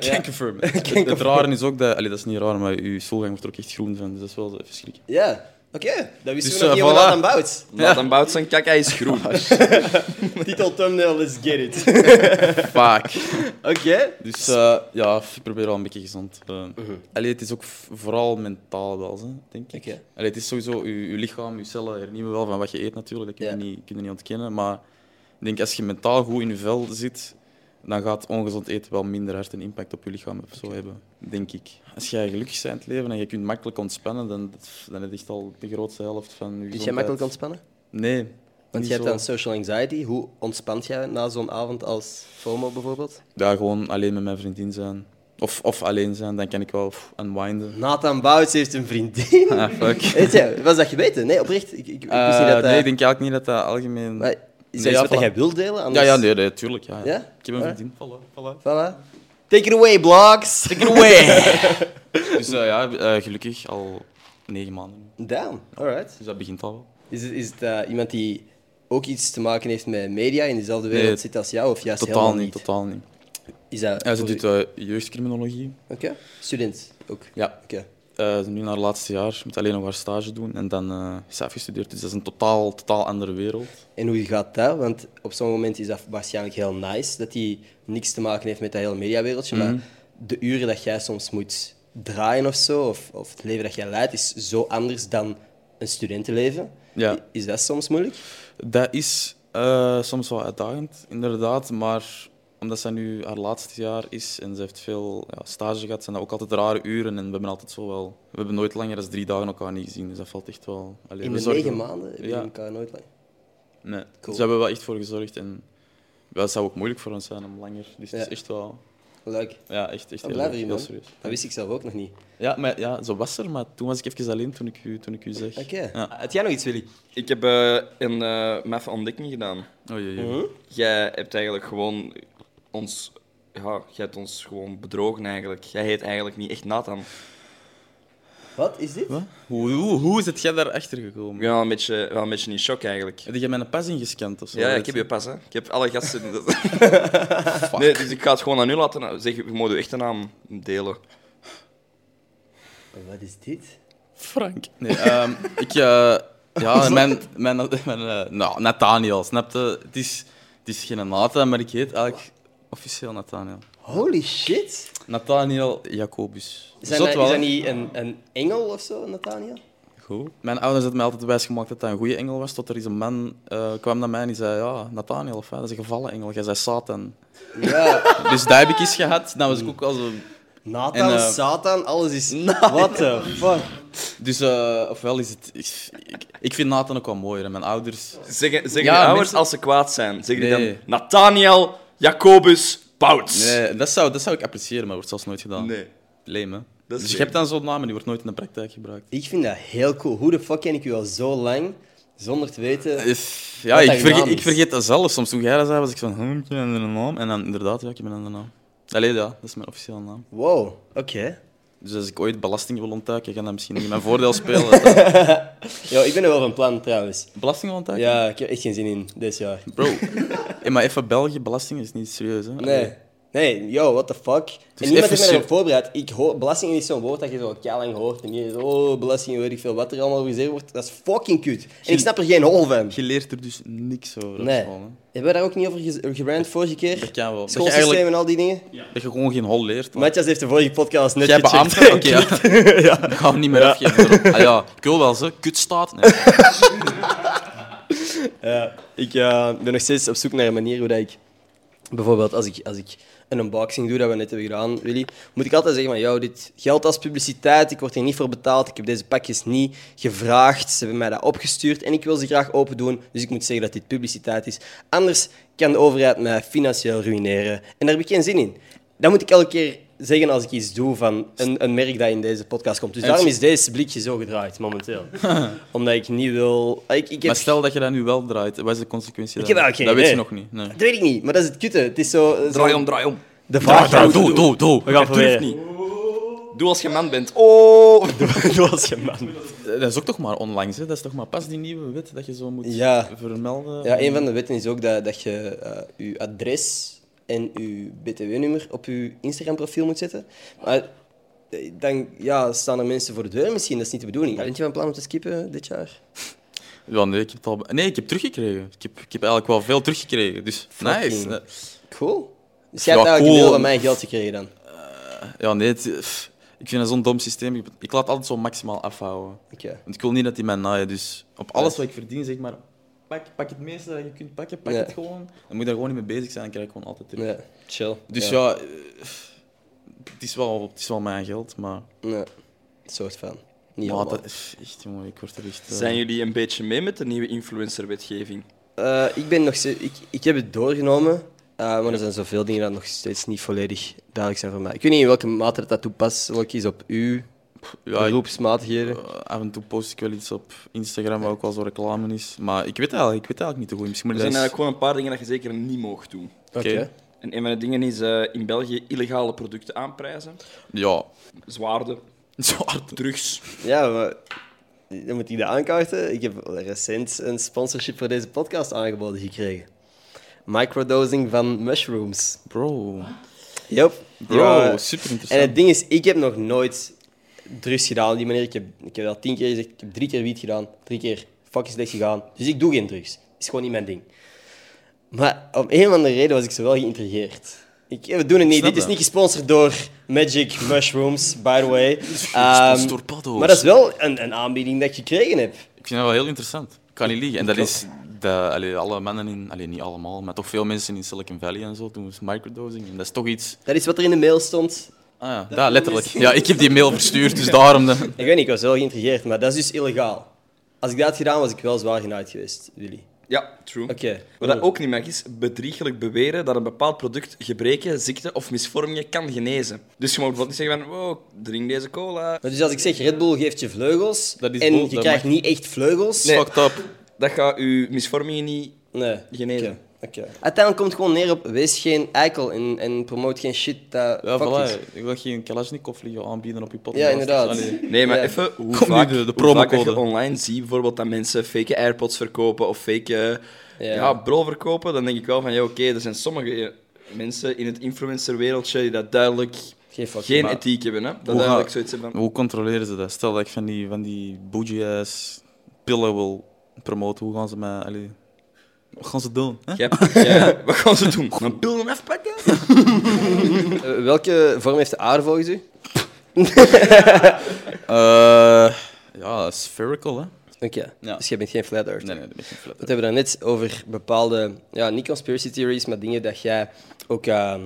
[SPEAKER 2] kan
[SPEAKER 1] Ja.
[SPEAKER 2] confirm. Het, het rare is ook dat, allee, dat is niet raar, maar uw stoelgang wordt er ook echt groen van, dus dat is wel even schrikken.
[SPEAKER 1] Ja. Oké, dat wisten
[SPEAKER 2] Dus,
[SPEAKER 1] we nog
[SPEAKER 2] eh,
[SPEAKER 1] niet hoe
[SPEAKER 2] voilà.
[SPEAKER 1] dat aan bouwt.
[SPEAKER 4] Nathan dan Bout zijn kak, hij is groen.
[SPEAKER 1] Titel, thumbnail, let's get it.
[SPEAKER 2] Fuck.
[SPEAKER 1] Oké.
[SPEAKER 2] Dus eh, ja, ik probeer wel een beetje gezond. eh.
[SPEAKER 1] Mhm.
[SPEAKER 2] Allee, het is ook v- vooral mentaal wel, hè, denk ik.
[SPEAKER 1] Oké.
[SPEAKER 2] Allee, het is sowieso, je, je lichaam, je cellen hernieuwen wel van wat je eet natuurlijk, dat kun je,
[SPEAKER 1] Ja.
[SPEAKER 2] niet, kun je niet ontkennen. Maar ik denk, als je mentaal goed in je vel zit, dan gaat ongezond eten wel minder hard een impact op je lichaam of zo hebben, denk ik. Als jij gelukkig bent in het leven en je kunt makkelijk ontspannen, dan, dan heb je echt al de grootste helft van je
[SPEAKER 1] Dus
[SPEAKER 2] gezondheid.
[SPEAKER 1] jij makkelijk ontspannen?
[SPEAKER 2] Nee.
[SPEAKER 1] Want
[SPEAKER 2] niet
[SPEAKER 1] je hebt
[SPEAKER 2] zo.
[SPEAKER 1] dan social anxiety. Hoe ontspant jij na zo'n avond als FOMO bijvoorbeeld?
[SPEAKER 2] Ja, gewoon alleen met mijn vriendin zijn. Of, of alleen zijn, dan kan ik wel pff, unwinden.
[SPEAKER 1] Nathan Bouts heeft een vriendin.
[SPEAKER 2] Ah, fuck.
[SPEAKER 1] Weet je, was dat geweten? Nee, oprecht. Ik, ik, ik wist niet
[SPEAKER 2] Eh,
[SPEAKER 1] dat dat...
[SPEAKER 2] nee, ik denk eigenlijk niet dat dat algemeen...
[SPEAKER 1] Maar, is dat iets
[SPEAKER 2] Nee, ja,
[SPEAKER 1] wat
[SPEAKER 2] voilà.
[SPEAKER 1] jij wilt delen?
[SPEAKER 2] ja,
[SPEAKER 1] Anders-
[SPEAKER 2] ja, nee, nee, tuurlijk. Ja, ja.
[SPEAKER 1] Ja?
[SPEAKER 2] Ik heb een
[SPEAKER 1] Ja?
[SPEAKER 2] vriendin.
[SPEAKER 1] Voilà. Take it away, blogs. Take it away.
[SPEAKER 2] Dus eh, ja, eh, gelukkig al negen maanden.
[SPEAKER 1] Damn, alright.
[SPEAKER 2] Dus dat begint al wel.
[SPEAKER 1] Is het, is het eh, iemand die ook iets te maken heeft met media in dezelfde wereld
[SPEAKER 2] Nee,
[SPEAKER 1] zit als jou? Of juist
[SPEAKER 2] totaal
[SPEAKER 1] helemaal
[SPEAKER 2] niet,
[SPEAKER 1] niet?
[SPEAKER 2] totaal niet.
[SPEAKER 1] Is dat...
[SPEAKER 2] Ja,
[SPEAKER 1] voor-
[SPEAKER 2] ze doet eh, jeugdcriminologie.
[SPEAKER 1] Oké. Student ook. Oké.
[SPEAKER 2] Ja. Eh, nu naar het laatste jaar, moet alleen nog haar stage doen en dan eh is ze afgestudeerd. Dus dat is een totaal, totaal andere wereld.
[SPEAKER 1] En hoe gaat dat? Want op zo'n moment is dat waarschijnlijk heel nice, dat hij niks te maken heeft met dat hele mediawereldje.
[SPEAKER 2] Mhm.
[SPEAKER 1] Maar de uren dat jij soms moet draaien of zo, of, of het leven dat jij leidt, is zo anders dan een studentenleven.
[SPEAKER 2] Ja.
[SPEAKER 1] I- Is dat soms moeilijk?
[SPEAKER 2] Dat is eh, soms wel uitdagend, inderdaad, maar omdat zij nu haar laatste jaar is en ze heeft veel ja, stage gehad, zijn dat ook altijd rare uren en we hebben altijd zo wel... We hebben nooit langer dan drie dagen elkaar niet gezien, dus dat valt echt wel... Allee,
[SPEAKER 1] In
[SPEAKER 2] we
[SPEAKER 1] de
[SPEAKER 2] zorgen-
[SPEAKER 1] negen maanden heb je
[SPEAKER 2] Ja.
[SPEAKER 1] elkaar nooit lang.
[SPEAKER 2] Nee, dus
[SPEAKER 1] Cool.
[SPEAKER 2] daar hebben we wel echt voor gezorgd en ja, dat zou ook moeilijk voor ons zijn om langer... Dus het
[SPEAKER 1] Ja.
[SPEAKER 2] is echt wel...
[SPEAKER 1] Leuk.
[SPEAKER 2] Ja, echt, echt
[SPEAKER 1] Dat
[SPEAKER 2] heel,
[SPEAKER 1] blijven
[SPEAKER 2] heel
[SPEAKER 1] man.
[SPEAKER 2] serieus.
[SPEAKER 1] Dat wist ik zelf ook nog niet.
[SPEAKER 2] Ja, maar, ja, zo was er, maar toen was ik even alleen toen ik u, toen ik u zeg.
[SPEAKER 1] Oké.
[SPEAKER 2] Ja.
[SPEAKER 1] Had jij nog iets, Willy?
[SPEAKER 4] Ik heb eh, een eh maffe ontdekking gedaan.
[SPEAKER 2] Oei, oei, oei.
[SPEAKER 4] Mhm.
[SPEAKER 1] Mhm.
[SPEAKER 4] Jij hebt eigenlijk gewoon ons... Ja, jij hebt ons gewoon bedrogen eigenlijk. Jij heet eigenlijk niet echt Nathan.
[SPEAKER 1] Wat is dit?
[SPEAKER 2] Wat? Hoe, hoe, hoe is het jij daarachter gekomen?
[SPEAKER 4] Ik ben wel een beetje, wel een beetje in shock eigenlijk.
[SPEAKER 2] Heb jij mijn pas ingescand of zo?
[SPEAKER 4] Ja, ja,
[SPEAKER 2] Weet
[SPEAKER 4] ik heb
[SPEAKER 2] je?
[SPEAKER 4] je pas, hè. Ik heb alle gasten... Nee, dus ik ga het gewoon aan u laten. eh, Zeg, je moet je echte naam delen.
[SPEAKER 1] Wat is dit?
[SPEAKER 2] Frank. Nee, ehm, ik... eh, ja, mijn... mijn, mijn eh, nou, Nathaniel, snapte? Het is, het is geen Nathan, maar ik heet eigenlijk officieel Nathaniel.
[SPEAKER 1] Holy shit!
[SPEAKER 2] Nathaniel Jacobus.
[SPEAKER 1] Zijn
[SPEAKER 2] Zot
[SPEAKER 1] dat,
[SPEAKER 2] wel,
[SPEAKER 1] is dat
[SPEAKER 2] hè?
[SPEAKER 1] niet een, een engel of zo, Nathaniel?
[SPEAKER 2] Goed. Mijn ouders hadden mij altijd wijsgemaakt dat dat een goede engel was, tot er eens een man eh, kwam naar mij en die zei, ja, Nathaniel, of, wat, dat is een gevallen engel, jij zei Satan.
[SPEAKER 1] Ja,
[SPEAKER 2] Dus dat heb ik eens gehad, dan was ik ook al zo...
[SPEAKER 1] Nathan,
[SPEAKER 2] En, eh,
[SPEAKER 1] Satan, alles is. What the fuck?
[SPEAKER 2] Dus, eh, ofwel is het... Ik, ik, ik vind Nathan ook wel mooier, hè. mijn ouders...
[SPEAKER 4] Zeggen, zeggen
[SPEAKER 2] Ja,
[SPEAKER 4] de ouders
[SPEAKER 2] mensen-
[SPEAKER 4] als ze kwaad zijn? Zeggen die
[SPEAKER 2] Nee.
[SPEAKER 4] dan Nathaniel Jacobus Pouts?
[SPEAKER 2] Nee, dat zou, dat zou ik appreciëren, maar wordt zelfs nooit gedaan.
[SPEAKER 4] Nee.
[SPEAKER 2] Leem, hè?
[SPEAKER 4] is
[SPEAKER 2] dus je
[SPEAKER 4] leem.
[SPEAKER 2] hebt dan zo'n naam en die wordt nooit in de praktijk gebruikt.
[SPEAKER 1] Ik vind dat heel cool. Hoe de fuck ken ik u al zo lang zonder te weten?
[SPEAKER 2] Is- Ja,
[SPEAKER 1] Wat
[SPEAKER 2] ik
[SPEAKER 1] dat je
[SPEAKER 2] vergeet,
[SPEAKER 1] naam
[SPEAKER 2] ik
[SPEAKER 1] is.
[SPEAKER 2] vergeet dat zelf. Soms toen jij dat zei, was ik zo van... Hm, ik heb een andere naam. En dan inderdaad, ja, ik heb een andere naam. Allee, ja, dat is mijn officiële naam.
[SPEAKER 1] Wow, oké.
[SPEAKER 2] Dus als ik ooit belasting wil ontduiken, kan dat misschien niet in mijn voordeel spelen.
[SPEAKER 1] Ja, ik ben er wel van plan trouwens.
[SPEAKER 2] belasting ontduiken?
[SPEAKER 1] Ja, ik heb echt geen zin in dit jaar.
[SPEAKER 2] Bro. Hey, maar even België, belasting is niet serieus, hè?
[SPEAKER 1] Nee.
[SPEAKER 2] Allee.
[SPEAKER 1] Nee, yo, what the fuck? en
[SPEAKER 2] even
[SPEAKER 1] niemand heeft mij
[SPEAKER 2] ser-
[SPEAKER 1] erop voorbereid. Ik hoor, belasting is zo'n woord dat je zo lang hoort. En je oh, belasting, weet ik veel wat er allemaal gezegd wordt. Dat is fucking kut. En ik snap er geen hol van.
[SPEAKER 2] Je leert er dus niks over op
[SPEAKER 1] Nee.
[SPEAKER 2] school, hè.
[SPEAKER 1] Hebben we daar ook niet over ge- gebrand vorige keer?
[SPEAKER 2] Dat kan wel. Dat je
[SPEAKER 1] Schoolsysteem
[SPEAKER 2] eigenlijk-
[SPEAKER 1] en al die dingen?
[SPEAKER 2] Dat je gewoon geen hol leert. man.
[SPEAKER 1] Matthias heeft de vorige podcast net
[SPEAKER 2] Jij
[SPEAKER 1] gecheckt.
[SPEAKER 2] beaamt het? Oké, ja. Dat gaan we niet meer afgeven. erop. Ah ja, ik wil wel, ze. Kutstaat. Nee.
[SPEAKER 1] Ik eh, ben nog steeds op zoek naar een manier hoe dat ik... Bijvoorbeeld als ik, als ik een unboxing doe, dat we net hebben gedaan, Willy, moet ik altijd zeggen van, joh, dit geldt als publiciteit, ik word hier niet voor betaald, ik heb deze pakjes niet gevraagd, ze hebben mij dat opgestuurd en ik wil ze graag open doen, dus ik moet zeggen dat dit publiciteit is. Anders kan de overheid mij financieel ruïneren en daar heb ik geen zin in. Dat moet ik elke keer zeggen als ik iets doe van een, een merk dat in deze podcast komt. Dus daarom is deze blikje zo gedraaid momenteel. Omdat ik niet wil... Ik, ik heb
[SPEAKER 2] Maar stel dat je dat nu wel draait, wat is de consequentie
[SPEAKER 1] Ik heb
[SPEAKER 2] daarvan?
[SPEAKER 1] eigenlijk
[SPEAKER 2] Eh, Dat weet
[SPEAKER 1] geen
[SPEAKER 2] je nog
[SPEAKER 1] idee.
[SPEAKER 2] niet.
[SPEAKER 1] Dat
[SPEAKER 2] Nee.
[SPEAKER 1] weet ik niet, maar dat is het kutte. Het is zo... eh, zo-
[SPEAKER 4] Draai om, draai om.
[SPEAKER 1] De vraag...
[SPEAKER 2] doe, doe, doe.
[SPEAKER 1] We gaan proberen.
[SPEAKER 4] Durf niet. Doe als je man bent. Oh!
[SPEAKER 1] Doe als je man.
[SPEAKER 2] Eh, Dat is ook toch maar onlangs, hè? Dat is toch maar pas die nieuwe wet dat je zo moet
[SPEAKER 1] Ja.
[SPEAKER 2] vermelden.
[SPEAKER 1] Ja, een van de wetten is ook dat, dat je eh je adres en je btw-nummer op je Instagram-profiel moet zetten. Maar eh, dan ja, staan er mensen voor de deur misschien. Dat is niet de bedoeling. Bent je van plan om te skippen dit jaar?
[SPEAKER 2] Ja, nee, ik heb het al... Nee, ik heb teruggekregen. Ik heb, ik heb eigenlijk wel veel teruggekregen, dus nice.
[SPEAKER 1] Fucking.
[SPEAKER 2] Nee.
[SPEAKER 1] Cool. Dus jij hebt
[SPEAKER 2] Ja,
[SPEAKER 1] eigenlijk een
[SPEAKER 2] cool.
[SPEAKER 1] deel van mijn geld gekregen dan.
[SPEAKER 2] Eh, Ja, nee, het- pff, ik vind dat zo'n dom systeem. Ik, ik laat altijd zo maximaal afhouden.
[SPEAKER 1] Oké.
[SPEAKER 2] Want ik wil niet dat die mij naaien, dus op alles wat ik verdien, zeg maar, pak, pak het meeste dat je kunt pakken, pak
[SPEAKER 1] Ja.
[SPEAKER 2] het gewoon. Dan moet je daar gewoon niet mee bezig zijn, dan krijg ik gewoon altijd terug.
[SPEAKER 1] Ja, chill.
[SPEAKER 2] Dus ja, eh, het, is wel, het is wel mijn geld, maar...
[SPEAKER 1] Ja. Soort van. Niet
[SPEAKER 2] maar
[SPEAKER 1] allemaal.
[SPEAKER 2] dat is echt, jongen, ik word er echt... eh,
[SPEAKER 4] Zijn jullie een beetje mee met de nieuwe influencerwetgeving?
[SPEAKER 1] Eh, ik ben nog steeds... Ik, ik heb het doorgenomen, Eh, maar er zijn zoveel dingen dat nog steeds niet volledig duidelijk zijn voor mij. Ik weet niet in welke mate dat, dat toepasselijk is op u,
[SPEAKER 2] Ja, ik,
[SPEAKER 1] beroepsmatig hier.
[SPEAKER 2] eh, af en toe post ik wel iets op Instagram, waar ook wel zo reclame is. Maar ik weet eigenlijk, ik weet eigenlijk niet te goed. Misschien
[SPEAKER 4] Er
[SPEAKER 2] moet ik
[SPEAKER 4] zijn
[SPEAKER 2] dat
[SPEAKER 4] eigenlijk
[SPEAKER 2] eens-
[SPEAKER 4] gewoon een paar dingen dat je zeker niet mag doen.
[SPEAKER 1] Oké.
[SPEAKER 2] oké.
[SPEAKER 4] En een van de dingen is eh, in België illegale producten aanprijzen.
[SPEAKER 2] Ja,
[SPEAKER 4] Zwaarden,
[SPEAKER 2] zwaar.
[SPEAKER 4] drugs.
[SPEAKER 1] Ja, maar dan moet ik dat aankaarten. Ik heb recent een sponsorship voor deze podcast aangeboden gekregen. Microdosing van mushrooms.
[SPEAKER 2] Bro.
[SPEAKER 1] Yep.
[SPEAKER 2] Bro,
[SPEAKER 1] Ja.
[SPEAKER 2] super
[SPEAKER 1] En het
[SPEAKER 2] interessant.
[SPEAKER 1] ding is, ik heb nog nooit drugs gedaan op die manier. Ik heb, ik heb dat tien keer gezegd. Ik heb drie keer wiet gedaan. Drie keer fucking slecht gegaan. Dus ik doe geen drugs. Is gewoon niet mijn ding. Maar om een of andere reden was ik zo wel geïntrigeerd. Ik, we doen het niet.
[SPEAKER 2] snap
[SPEAKER 1] Dit is
[SPEAKER 2] dat.
[SPEAKER 1] niet gesponsord door Magic Mushrooms, by the way.
[SPEAKER 3] gesponsord
[SPEAKER 1] Ehm,
[SPEAKER 3] door paddo's.
[SPEAKER 1] maar dat is wel een, een aanbieding dat ik gekregen heb.
[SPEAKER 2] Ik vind dat wel heel interessant. Ik kan niet liegen. En dat
[SPEAKER 1] ook.
[SPEAKER 2] is de, allee, alle mannen in, allee, niet allemaal, maar toch veel mensen in Silicon Valley en zo doen dus microdosing. En dat is toch iets.
[SPEAKER 1] Dat is wat er in de mail stond.
[SPEAKER 2] Ah ja, dat, letterlijk. Ja, ik heb die mail verstuurd, dus daarom. De...
[SPEAKER 1] Ik weet niet, ik was wel geïntrigeerd, maar dat is dus illegaal. Als ik dat had gedaan, was ik wel zwaar genaaid geweest, Willy.
[SPEAKER 4] Ja, true.
[SPEAKER 1] Oké.
[SPEAKER 4] Wat dat ook niet mag is bedriegelijk beweren dat een bepaald product gebreken, ziekte of misvormingen kan genezen. Dus je mag bijvoorbeeld niet zeggen van, wow, drink deze cola.
[SPEAKER 1] Maar dus als ik zeg Red Bull geeft je vleugels
[SPEAKER 2] Dat is
[SPEAKER 1] en
[SPEAKER 2] bull,
[SPEAKER 1] je
[SPEAKER 2] dat
[SPEAKER 1] krijgt
[SPEAKER 2] mag-
[SPEAKER 1] niet echt vleugels.
[SPEAKER 4] Nee.
[SPEAKER 2] Fucked up.
[SPEAKER 4] Dat gaat je misvormingen niet...
[SPEAKER 1] Nee.
[SPEAKER 4] Genezen.
[SPEAKER 1] Oké, oké. Uiteindelijk komt het gewoon neer op wees geen eikel en, en promote geen shit dat
[SPEAKER 2] Ja,
[SPEAKER 1] fuck
[SPEAKER 2] voilà.
[SPEAKER 1] is.
[SPEAKER 2] Ik wil geen Kalashnikov liggen aanbieden op je podcast.
[SPEAKER 1] Ja, inderdaad.
[SPEAKER 2] Allee.
[SPEAKER 4] Nee, maar
[SPEAKER 1] Ja.
[SPEAKER 4] even, hoe
[SPEAKER 2] Kom
[SPEAKER 4] vaak,
[SPEAKER 2] nu de- de
[SPEAKER 4] hoe vaak dat je
[SPEAKER 2] promocode.
[SPEAKER 4] online ziet bijvoorbeeld dat mensen fake AirPods verkopen of fake eh,
[SPEAKER 1] Ja.
[SPEAKER 4] ja. bril verkopen, dan denk ik wel van, ja, oké, er zijn sommige eh, mensen in het influencerwereldje die dat duidelijk
[SPEAKER 1] Geen fuck.
[SPEAKER 4] geen
[SPEAKER 1] Maar-
[SPEAKER 4] ethiek hebben, hè. Dat
[SPEAKER 2] Hoe
[SPEAKER 4] duidelijk
[SPEAKER 2] ga-
[SPEAKER 4] zoiets hebben van...
[SPEAKER 2] Hoe controleren ze dat? Stel dat ik van die, van die bougie-ass pillen wil promoten, hoe gaan ze mij... Allee, wat gaan ze doen? hè?
[SPEAKER 4] Jij hebt- jij- wat gaan ze doen? Een pil afpakken?
[SPEAKER 1] Eh, welke vorm heeft de aarde volgens u?
[SPEAKER 2] Eh, ja, spherical, hè?
[SPEAKER 1] Oké,
[SPEAKER 2] Ja.
[SPEAKER 1] dus je bent geen flat earther.
[SPEAKER 2] Nee, nee, dat ben ik niet flat.
[SPEAKER 1] We hebben het net over bepaalde, ja, niet conspiracy theories, maar dingen dat jij ook, ehm,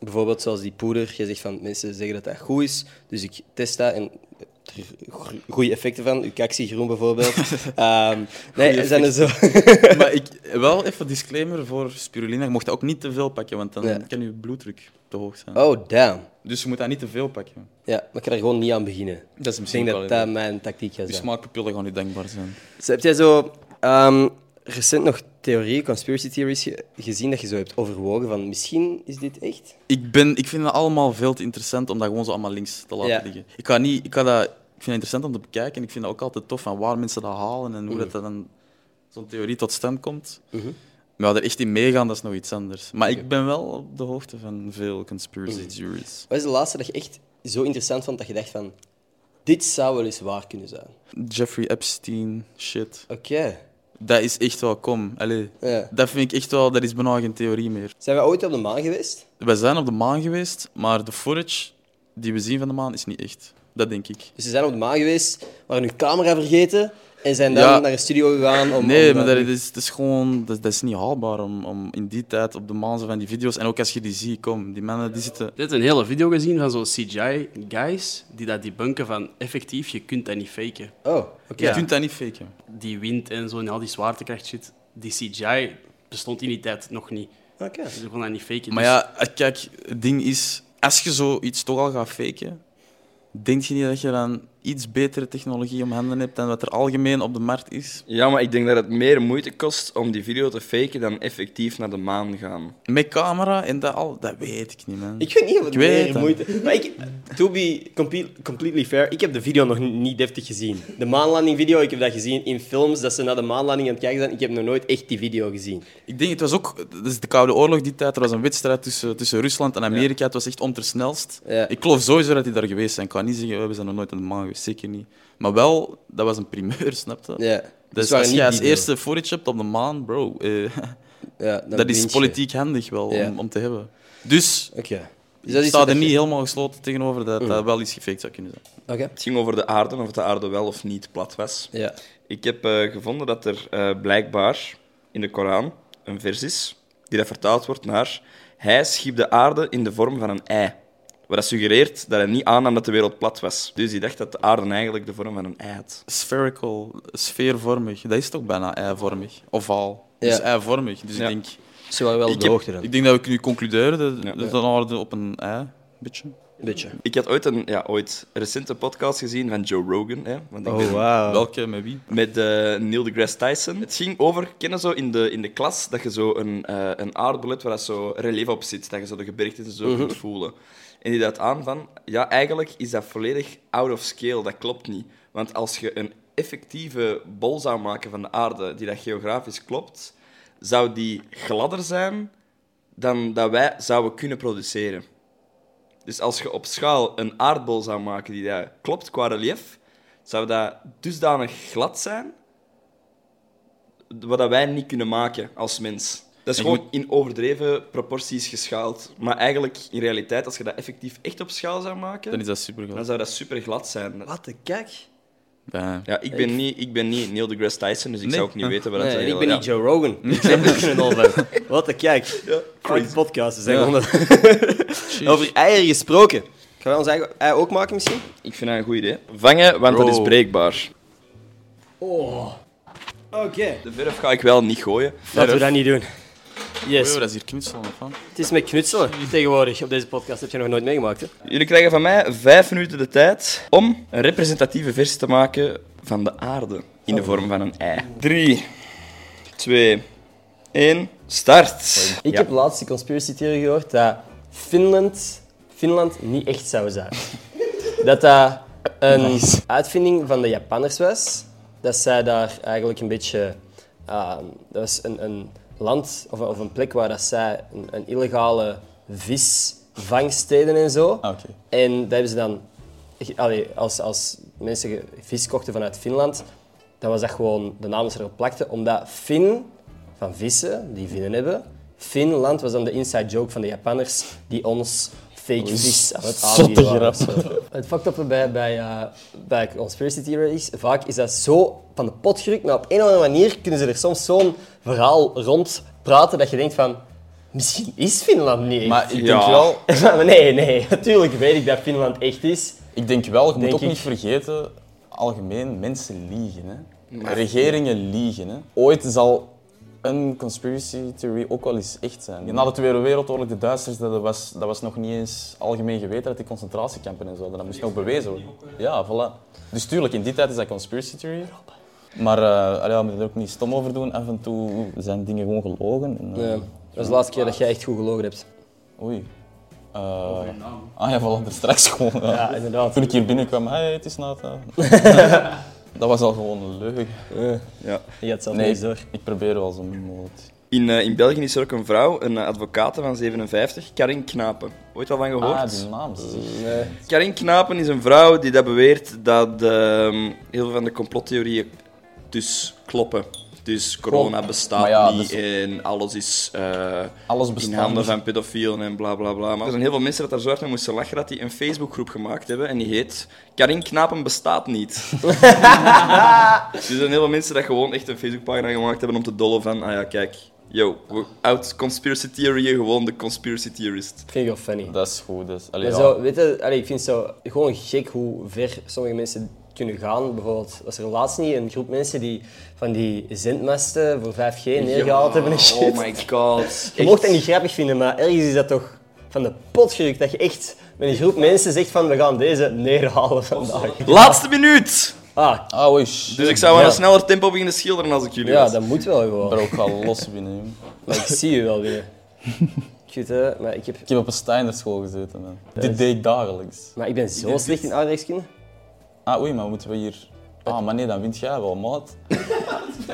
[SPEAKER 1] bijvoorbeeld zoals die poeder, je zegt van mensen zeggen dat dat goed is, dus ik test dat en er gro- goede effecten van, uw kak zie groen bijvoorbeeld. Ehm, nee, er zijn er zo.
[SPEAKER 2] maar ik, wel even disclaimer voor spirulina. Je mocht dat ook niet te veel pakken, want dan
[SPEAKER 1] Nee.
[SPEAKER 2] kan je bloeddruk te hoog zijn.
[SPEAKER 1] Oh, damn.
[SPEAKER 2] Dus je moet dat niet te veel pakken.
[SPEAKER 1] Ja, maar ik ga er gewoon niet aan beginnen.
[SPEAKER 2] Dat is
[SPEAKER 1] Ik denk
[SPEAKER 2] misschien
[SPEAKER 1] dat dat mijn tactiek gaat
[SPEAKER 2] Je
[SPEAKER 1] zijn.
[SPEAKER 2] smaakpapillen gaan niet denkbaar zijn.
[SPEAKER 1] Zo, heb jij zo ehm, recent nog theorieën, conspiracy theories ge- gezien dat je zo hebt overwogen van misschien is dit echt?
[SPEAKER 2] Ik, ben, ik vind dat allemaal veel te interessant om dat gewoon zo allemaal links te laten
[SPEAKER 1] Ja.
[SPEAKER 2] liggen. Ik, ga niet, ik, ga dat, ik vind dat interessant om te bekijken en ik vind dat ook altijd tof van waar mensen dat halen
[SPEAKER 1] Mhm.
[SPEAKER 2] en hoe dat dat dan zo'n theorie tot stand komt. Maar er echt in meegaan, dat is nog iets anders. Maar ik ben wel op de hoogte van veel
[SPEAKER 1] Mhm.
[SPEAKER 2] conspiracy theories.
[SPEAKER 1] Wat is de laatste dat je echt zo interessant vond dat je dacht van... Dit zou wel eens waar kunnen zijn.
[SPEAKER 2] Jeffrey Epstein, shit.
[SPEAKER 1] Oké.
[SPEAKER 2] Dat is echt wel, kom, allee.
[SPEAKER 1] Ja.
[SPEAKER 2] Dat vind ik echt wel, dat is bijna geen theorie meer.
[SPEAKER 1] Zijn wij ooit op de maan geweest?
[SPEAKER 2] We zijn op de maan geweest, maar de footage die we zien van de maan is niet echt. Dat denk ik.
[SPEAKER 1] Dus ze zijn op de maan geweest, waren hun camera vergeten en zijn dan
[SPEAKER 2] Ja.
[SPEAKER 1] naar een studio gegaan om...
[SPEAKER 2] Nee,
[SPEAKER 1] om eh,
[SPEAKER 2] maar
[SPEAKER 1] dan-
[SPEAKER 2] dat is, dat is gewoon dat, dat is niet haalbaar om, om in die tijd op de maan zo van die video's. En ook als je die ziet, kom, die mannen die zitten.
[SPEAKER 5] Dit is een hele video gezien van zo'n CGI-guys die dat debunken van effectief, je kunt dat niet faken.
[SPEAKER 1] Oh, oké.
[SPEAKER 2] Je kunt dat niet faken.
[SPEAKER 5] Die wind en zo en al die zwaartekracht shit, die CGI bestond in die tijd nog niet.
[SPEAKER 1] Oké.
[SPEAKER 5] Dus je kon dat niet faken.
[SPEAKER 2] Maar
[SPEAKER 5] Dus
[SPEAKER 2] ja, eh, kijk, het ding is, als je zoiets toch al gaat faken, denk je niet dat je dan iets betere technologie om handen hebt dan wat er algemeen op de markt is?
[SPEAKER 4] Ja, maar ik denk dat het meer moeite kost om die video te faken dan effectief naar de maan gaan.
[SPEAKER 2] Met camera en dat al, dat weet ik niet, man.
[SPEAKER 1] Ik weet niet of het
[SPEAKER 2] Ik weet
[SPEAKER 1] meer
[SPEAKER 2] het.
[SPEAKER 1] moeite... Maar ik, to be comple- completely fair, ik heb de video nog niet deftig gezien. De maanlanding video, ik heb dat gezien in films, dat ze naar de maanlanding aan het kijken zijn. Ik heb nog nooit echt die video gezien.
[SPEAKER 2] Ik denk, het was ook, dat is de Koude Oorlog die tijd, er was een wedstrijd tussen, tussen Rusland en Amerika, het was echt om ter snelst.
[SPEAKER 1] Ja.
[SPEAKER 2] Ik geloof sowieso dat die daar geweest zijn. Ik kan niet zeggen, we zijn nog nooit aan de maan geweest, zeker niet. Maar wel, dat was een primeur, snap je?
[SPEAKER 1] Ja.
[SPEAKER 2] Dus
[SPEAKER 1] waren
[SPEAKER 2] als
[SPEAKER 1] niet
[SPEAKER 2] je als
[SPEAKER 1] die video.
[SPEAKER 2] eerste footage hebt op de maan, bro, eh,
[SPEAKER 1] Ja, dan
[SPEAKER 2] dat is
[SPEAKER 1] wint je.
[SPEAKER 2] politiek handig wel
[SPEAKER 1] Ja.
[SPEAKER 2] om, om te hebben. Dus,
[SPEAKER 1] Oké. Dus dat
[SPEAKER 2] ik
[SPEAKER 1] is
[SPEAKER 2] sta
[SPEAKER 1] wat
[SPEAKER 2] er
[SPEAKER 1] je-
[SPEAKER 2] niet helemaal gesloten tegenover dat dat wel iets gefaked zou kunnen zijn.
[SPEAKER 1] Oké.
[SPEAKER 4] Het ging over de aarde, of de aarde wel of niet plat was.
[SPEAKER 1] Ja.
[SPEAKER 4] Ik heb eh, gevonden dat er eh, blijkbaar in de Koran een vers is die dat vertaald wordt naar Hij schiep de aarde in de vorm van een ei. Wat dat suggereert dat hij niet aannam dat de wereld plat was. Dus hij dacht dat de aarde eigenlijk de vorm van een ei had.
[SPEAKER 2] Spherical, sfeervormig, dat is toch bijna eivormig? Ovaal,
[SPEAKER 1] Ja.
[SPEAKER 2] dus eivormig. Dus ik
[SPEAKER 4] Ja.
[SPEAKER 2] denk,
[SPEAKER 1] Ze waren wel op
[SPEAKER 2] Ik
[SPEAKER 1] de
[SPEAKER 2] heb-
[SPEAKER 1] hoogte dan.
[SPEAKER 2] Ik denk dat we kunnen concluderen dat,
[SPEAKER 4] Ja.
[SPEAKER 2] dat we aarden op een ei, een beetje.
[SPEAKER 1] Een beetje.
[SPEAKER 4] Ik had ooit een ja, ooit recente podcast gezien van Joe Rogan. Hè, want
[SPEAKER 1] Oh.
[SPEAKER 4] ik
[SPEAKER 2] Oh,
[SPEAKER 4] ben-
[SPEAKER 1] wow.
[SPEAKER 2] Welke, met wie?
[SPEAKER 4] Met eh, Neil deGrasse Tyson. Het ging over, kennen zo in de, in de klas, dat je zo een, eh een aardbol hebt waar dat zo relief op zit. Dat je zo de gebergtes en zo kunt voelen. En die dat aan van, ja, eigenlijk is dat volledig out of scale. Dat klopt niet. Want als je een effectieve bol zou maken van de aarde, die dat geografisch klopt, zou die gladder zijn dan dat wij zouden kunnen produceren. Dus als je op schaal een aardbol zou maken die dat klopt qua relief, zou dat dusdanig glad zijn wat dat wij niet kunnen maken als mens. Dat is
[SPEAKER 2] En je
[SPEAKER 4] gewoon in overdreven proporties geschaald. Maar eigenlijk, in realiteit, als je dat effectief echt op schaal zou maken,
[SPEAKER 2] Dan is
[SPEAKER 4] dan,
[SPEAKER 2] dat super
[SPEAKER 4] zou dat super glad zijn.
[SPEAKER 1] Wat een kijk.
[SPEAKER 4] Ja, ik ben, Niet, ik ben niet Neil deGrasse Tyson, dus ik
[SPEAKER 2] Nee.
[SPEAKER 4] zou ook niet weten wat
[SPEAKER 1] Nee,
[SPEAKER 4] dat
[SPEAKER 1] en
[SPEAKER 4] heel-
[SPEAKER 1] ik ben
[SPEAKER 4] ja.
[SPEAKER 1] niet Joe Rogan. Ik zeg ook geen Olven. Wat een kijk.
[SPEAKER 4] Ja,
[SPEAKER 1] Fuck
[SPEAKER 4] crazy.
[SPEAKER 1] de podcast. Ze zeggen onder- Over eieren gesproken. Gaan wij ons eigen ei ook maken misschien?
[SPEAKER 4] Ik vind dat een goed idee. Vangen, want dat is
[SPEAKER 3] Bro.
[SPEAKER 4] breekbaar.
[SPEAKER 1] Oh. Oké.
[SPEAKER 4] De verf ga ik wel niet gooien.
[SPEAKER 1] Laten we dat niet doen. dus. Yes.
[SPEAKER 2] oh,
[SPEAKER 3] dat is hier knutsel van.
[SPEAKER 1] Het is met knutselen tegenwoordig op deze podcast. Heb je nog nooit meegemaakt, hè?
[SPEAKER 4] Jullie krijgen van mij vijf minuten de tijd om een representatieve versie te maken van de aarde in
[SPEAKER 1] Oh.
[SPEAKER 4] de vorm van een ei. Drie, twee, één, start.
[SPEAKER 1] Ik
[SPEAKER 4] Ja.
[SPEAKER 1] heb laatst die conspiracy theory gehoord dat Finland, Finland niet echt zou zijn. dat dat een uitvinding van de Japanners was. Dat zij daar eigenlijk een beetje... ah, dat was een, een land of, een- of een plek waar dat zij een, een illegale visvangst deden en zo.
[SPEAKER 2] Ah, oké.
[SPEAKER 1] En dat hebben ze dan... ge- Allee, als, als mensen ge- vis kochten vanuit Finland, dan was dat gewoon de naam die ze erop plakten. Omdat Fin, van vissen, die vinnen hebben... Finland was dan de inside joke van de Japanners die ons fake vis aan het aanbieden
[SPEAKER 2] zotte
[SPEAKER 1] waren. Het fucked up bij, bij, eh, bij conspiracy theories, vaak is dat zo van de pot gerukt, maar op een of andere manier kunnen ze er soms zo'n verhaal rond praten dat je denkt van... Misschien is Finland niet echt.
[SPEAKER 2] Maar ik denk
[SPEAKER 4] Ja.
[SPEAKER 2] wel,
[SPEAKER 1] Maar nee, nee, natuurlijk weet ik dat Finland echt is.
[SPEAKER 2] ik denk wel je moet
[SPEAKER 1] Denk
[SPEAKER 2] ook
[SPEAKER 1] ik.
[SPEAKER 2] niet vergeten, algemeen, mensen liegen. Hè. Regeringen liegen. Hè. Ooit zal een conspiracy theory ook wel eens echt zijn. Na de Tweede Wereldoorlog, de Duitsers, dat was, dat was nog niet eens algemeen geweten dat die concentratiekampen en zo, hadden. dat eh, moest nog bewezen worden. Ja, voilà. Dus tuurlijk, in die tijd is dat conspiracy theory. Maar eh allee, ja, we moeten er ook niet stom over doen. Af en toe zijn dingen gewoon gelogen. En, eh,
[SPEAKER 1] dat is de laatste keer dat jij echt goed gelogen hebt.
[SPEAKER 2] Oei. Eh, ah ja, voilà, er straks gewoon. ja.
[SPEAKER 1] Ja, inderdaad.
[SPEAKER 2] Ah, Toen ik hier binnenkwam, hey, het is Nata. dat was al gewoon een leugen.
[SPEAKER 4] Ja.
[SPEAKER 1] Je gaat zelf
[SPEAKER 2] Nee,
[SPEAKER 1] niet door.
[SPEAKER 2] ik, ik probeer wel zo min mogelijk.
[SPEAKER 4] In, eh, in België is er ook een vrouw, een eh, advocate van 57, Karin Knapen. Ooit al van gehoord?
[SPEAKER 2] Ah, die naam. zeg.
[SPEAKER 4] Karin Knapen is een vrouw die dat beweert dat ehm, heel veel van de complottheorieën dus kloppen. Dus corona bestaat
[SPEAKER 2] Maar ja,
[SPEAKER 4] niet
[SPEAKER 2] dus-
[SPEAKER 4] en alles is eh,
[SPEAKER 2] Alles
[SPEAKER 4] in
[SPEAKER 2] bestaat.
[SPEAKER 4] handen
[SPEAKER 2] niet.
[SPEAKER 4] van pedofielen en bla bla bla. Maar er zijn heel veel mensen dat daar zo hard mee moesten lachen dat die een Facebookgroep gemaakt hebben en die heet Karin Knapen bestaat niet. dus er zijn heel veel mensen dat gewoon echt een Facebookpagina gemaakt hebben om te dollen van, ah ja, kijk, yo, we- uit conspiracy theorieën gewoon de conspiracy theorist.
[SPEAKER 1] Vind ik wel funny.
[SPEAKER 2] Dat is goed. Dat is, allee,
[SPEAKER 1] Maar
[SPEAKER 2] ja.
[SPEAKER 1] zo, weet je, allee, ik vind zo gewoon gek hoe ver sommige mensen kunnen gaan. Bijvoorbeeld, was er laatst niet een groep mensen die van die zendmasten voor 5G neergehaald hebben en shit.
[SPEAKER 4] Oh my god.
[SPEAKER 1] je mocht dat niet grappig vinden, maar ergens is dat toch van de pot gerukt. Dat je echt met een groep mensen zegt van, we gaan deze neerhalen vandaag.
[SPEAKER 4] Laatste minuut!
[SPEAKER 1] Ah,
[SPEAKER 2] Ah, oei, shit.
[SPEAKER 4] Dus ik zou aan
[SPEAKER 1] Ja.
[SPEAKER 4] een sneller tempo beginnen schilderen als ik jullie
[SPEAKER 1] ja,
[SPEAKER 4] was.
[SPEAKER 1] dat moet wel gewoon.
[SPEAKER 2] Ik ben ook wel los binnen. jongen.
[SPEAKER 1] Maar ik zie je wel weer. Ik weet het, maar ik, heb,
[SPEAKER 2] Ik heb op een Steinerschool gezeten, man. Dit deed ik dagelijks.
[SPEAKER 1] maar ik ben zo slecht in aardrijkskunde.
[SPEAKER 2] Ah, oei, maar moeten we hier... Ah, maar nee, dan wint jij wel, maat. ik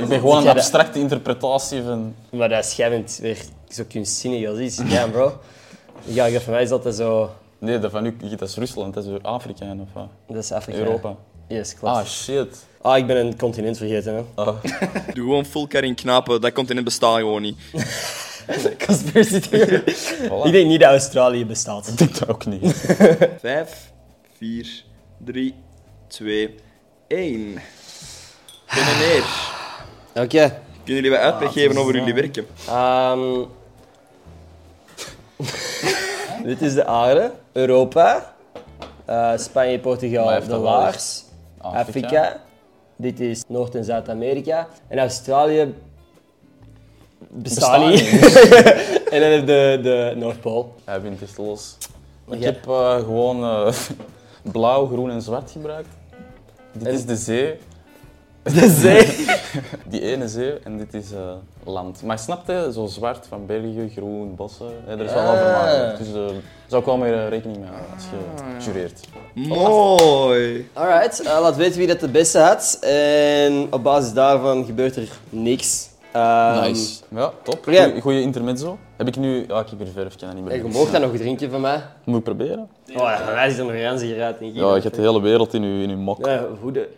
[SPEAKER 2] ben gewoon
[SPEAKER 1] Jij
[SPEAKER 2] een
[SPEAKER 1] dat-
[SPEAKER 2] abstracte interpretatie van...
[SPEAKER 1] Maar dat is jij bent weer zo kunstzinnig als iets. Ja, bro. Ja, dat voor mij is altijd zo...
[SPEAKER 2] Nee, dat van u, dat is Rusland, dat is weer Afrika en of wat?
[SPEAKER 1] Dat is Afrika.
[SPEAKER 2] Europa.
[SPEAKER 1] Yes, klopt.
[SPEAKER 2] Ah,
[SPEAKER 1] Ah,
[SPEAKER 2] shit.
[SPEAKER 1] ik ben een continent vergeten, hè.
[SPEAKER 2] Ah.
[SPEAKER 4] Doe gewoon full Karin Knapen, dat komt in het bestaan gewoon niet.
[SPEAKER 2] Ah.
[SPEAKER 1] Conspiracy theory. Ik denk niet dat Australië bestaat.
[SPEAKER 2] Ik denk dat ook niet. Ah,
[SPEAKER 4] Vijf, vier, drie, twee, één. Kunnen neer.
[SPEAKER 1] Oké.
[SPEAKER 4] Kunnen jullie wat
[SPEAKER 2] Ah,
[SPEAKER 4] uitleg geven over jullie werken?
[SPEAKER 2] Oh,
[SPEAKER 1] Ehm. Dit is de aarde. Europa. Eh, Spanje,
[SPEAKER 2] Maar
[SPEAKER 1] Portugal,
[SPEAKER 2] heeft
[SPEAKER 1] de
[SPEAKER 2] dat wel
[SPEAKER 1] Laars.
[SPEAKER 2] Afrika.
[SPEAKER 1] Afrika. Dit is Noord- en Zuid-Amerika. En Australië
[SPEAKER 6] bestaan niet. en dan heb je de Noordpool.
[SPEAKER 2] Hij wint is los. Ik heb eh, gewoon eh, blauw, groen en zwart gebruikt. Dit is de zee. De zee? Die ene zee en dit is eh, land. Maar snap je, zo zwart van bergen, groen, bossen. hè, er is wel wat verwarring. Dus eh zou ik wel meer eh, rekening mee houden als
[SPEAKER 6] Ah,
[SPEAKER 2] je jureert.
[SPEAKER 4] Mooi.
[SPEAKER 6] Alright, eh, laat weten wie dat de beste had. En op basis daarvan gebeurt er niks. Ehm,
[SPEAKER 2] Nice. Ja, top.
[SPEAKER 6] Ja.
[SPEAKER 2] Goeie, goeie intermezzo. Heb ik nu... Ah, ik heb hier verf, ik kan dat niet
[SPEAKER 6] eh, Je
[SPEAKER 2] meer.
[SPEAKER 6] mocht dat nog drinken van mij.
[SPEAKER 2] Moet ik proberen?
[SPEAKER 6] Oh ja, van mij zit er nog een ranzige raad in.
[SPEAKER 2] Ja, je hebt de hele wereld in je, in je mok.
[SPEAKER 6] Ja, hoe de...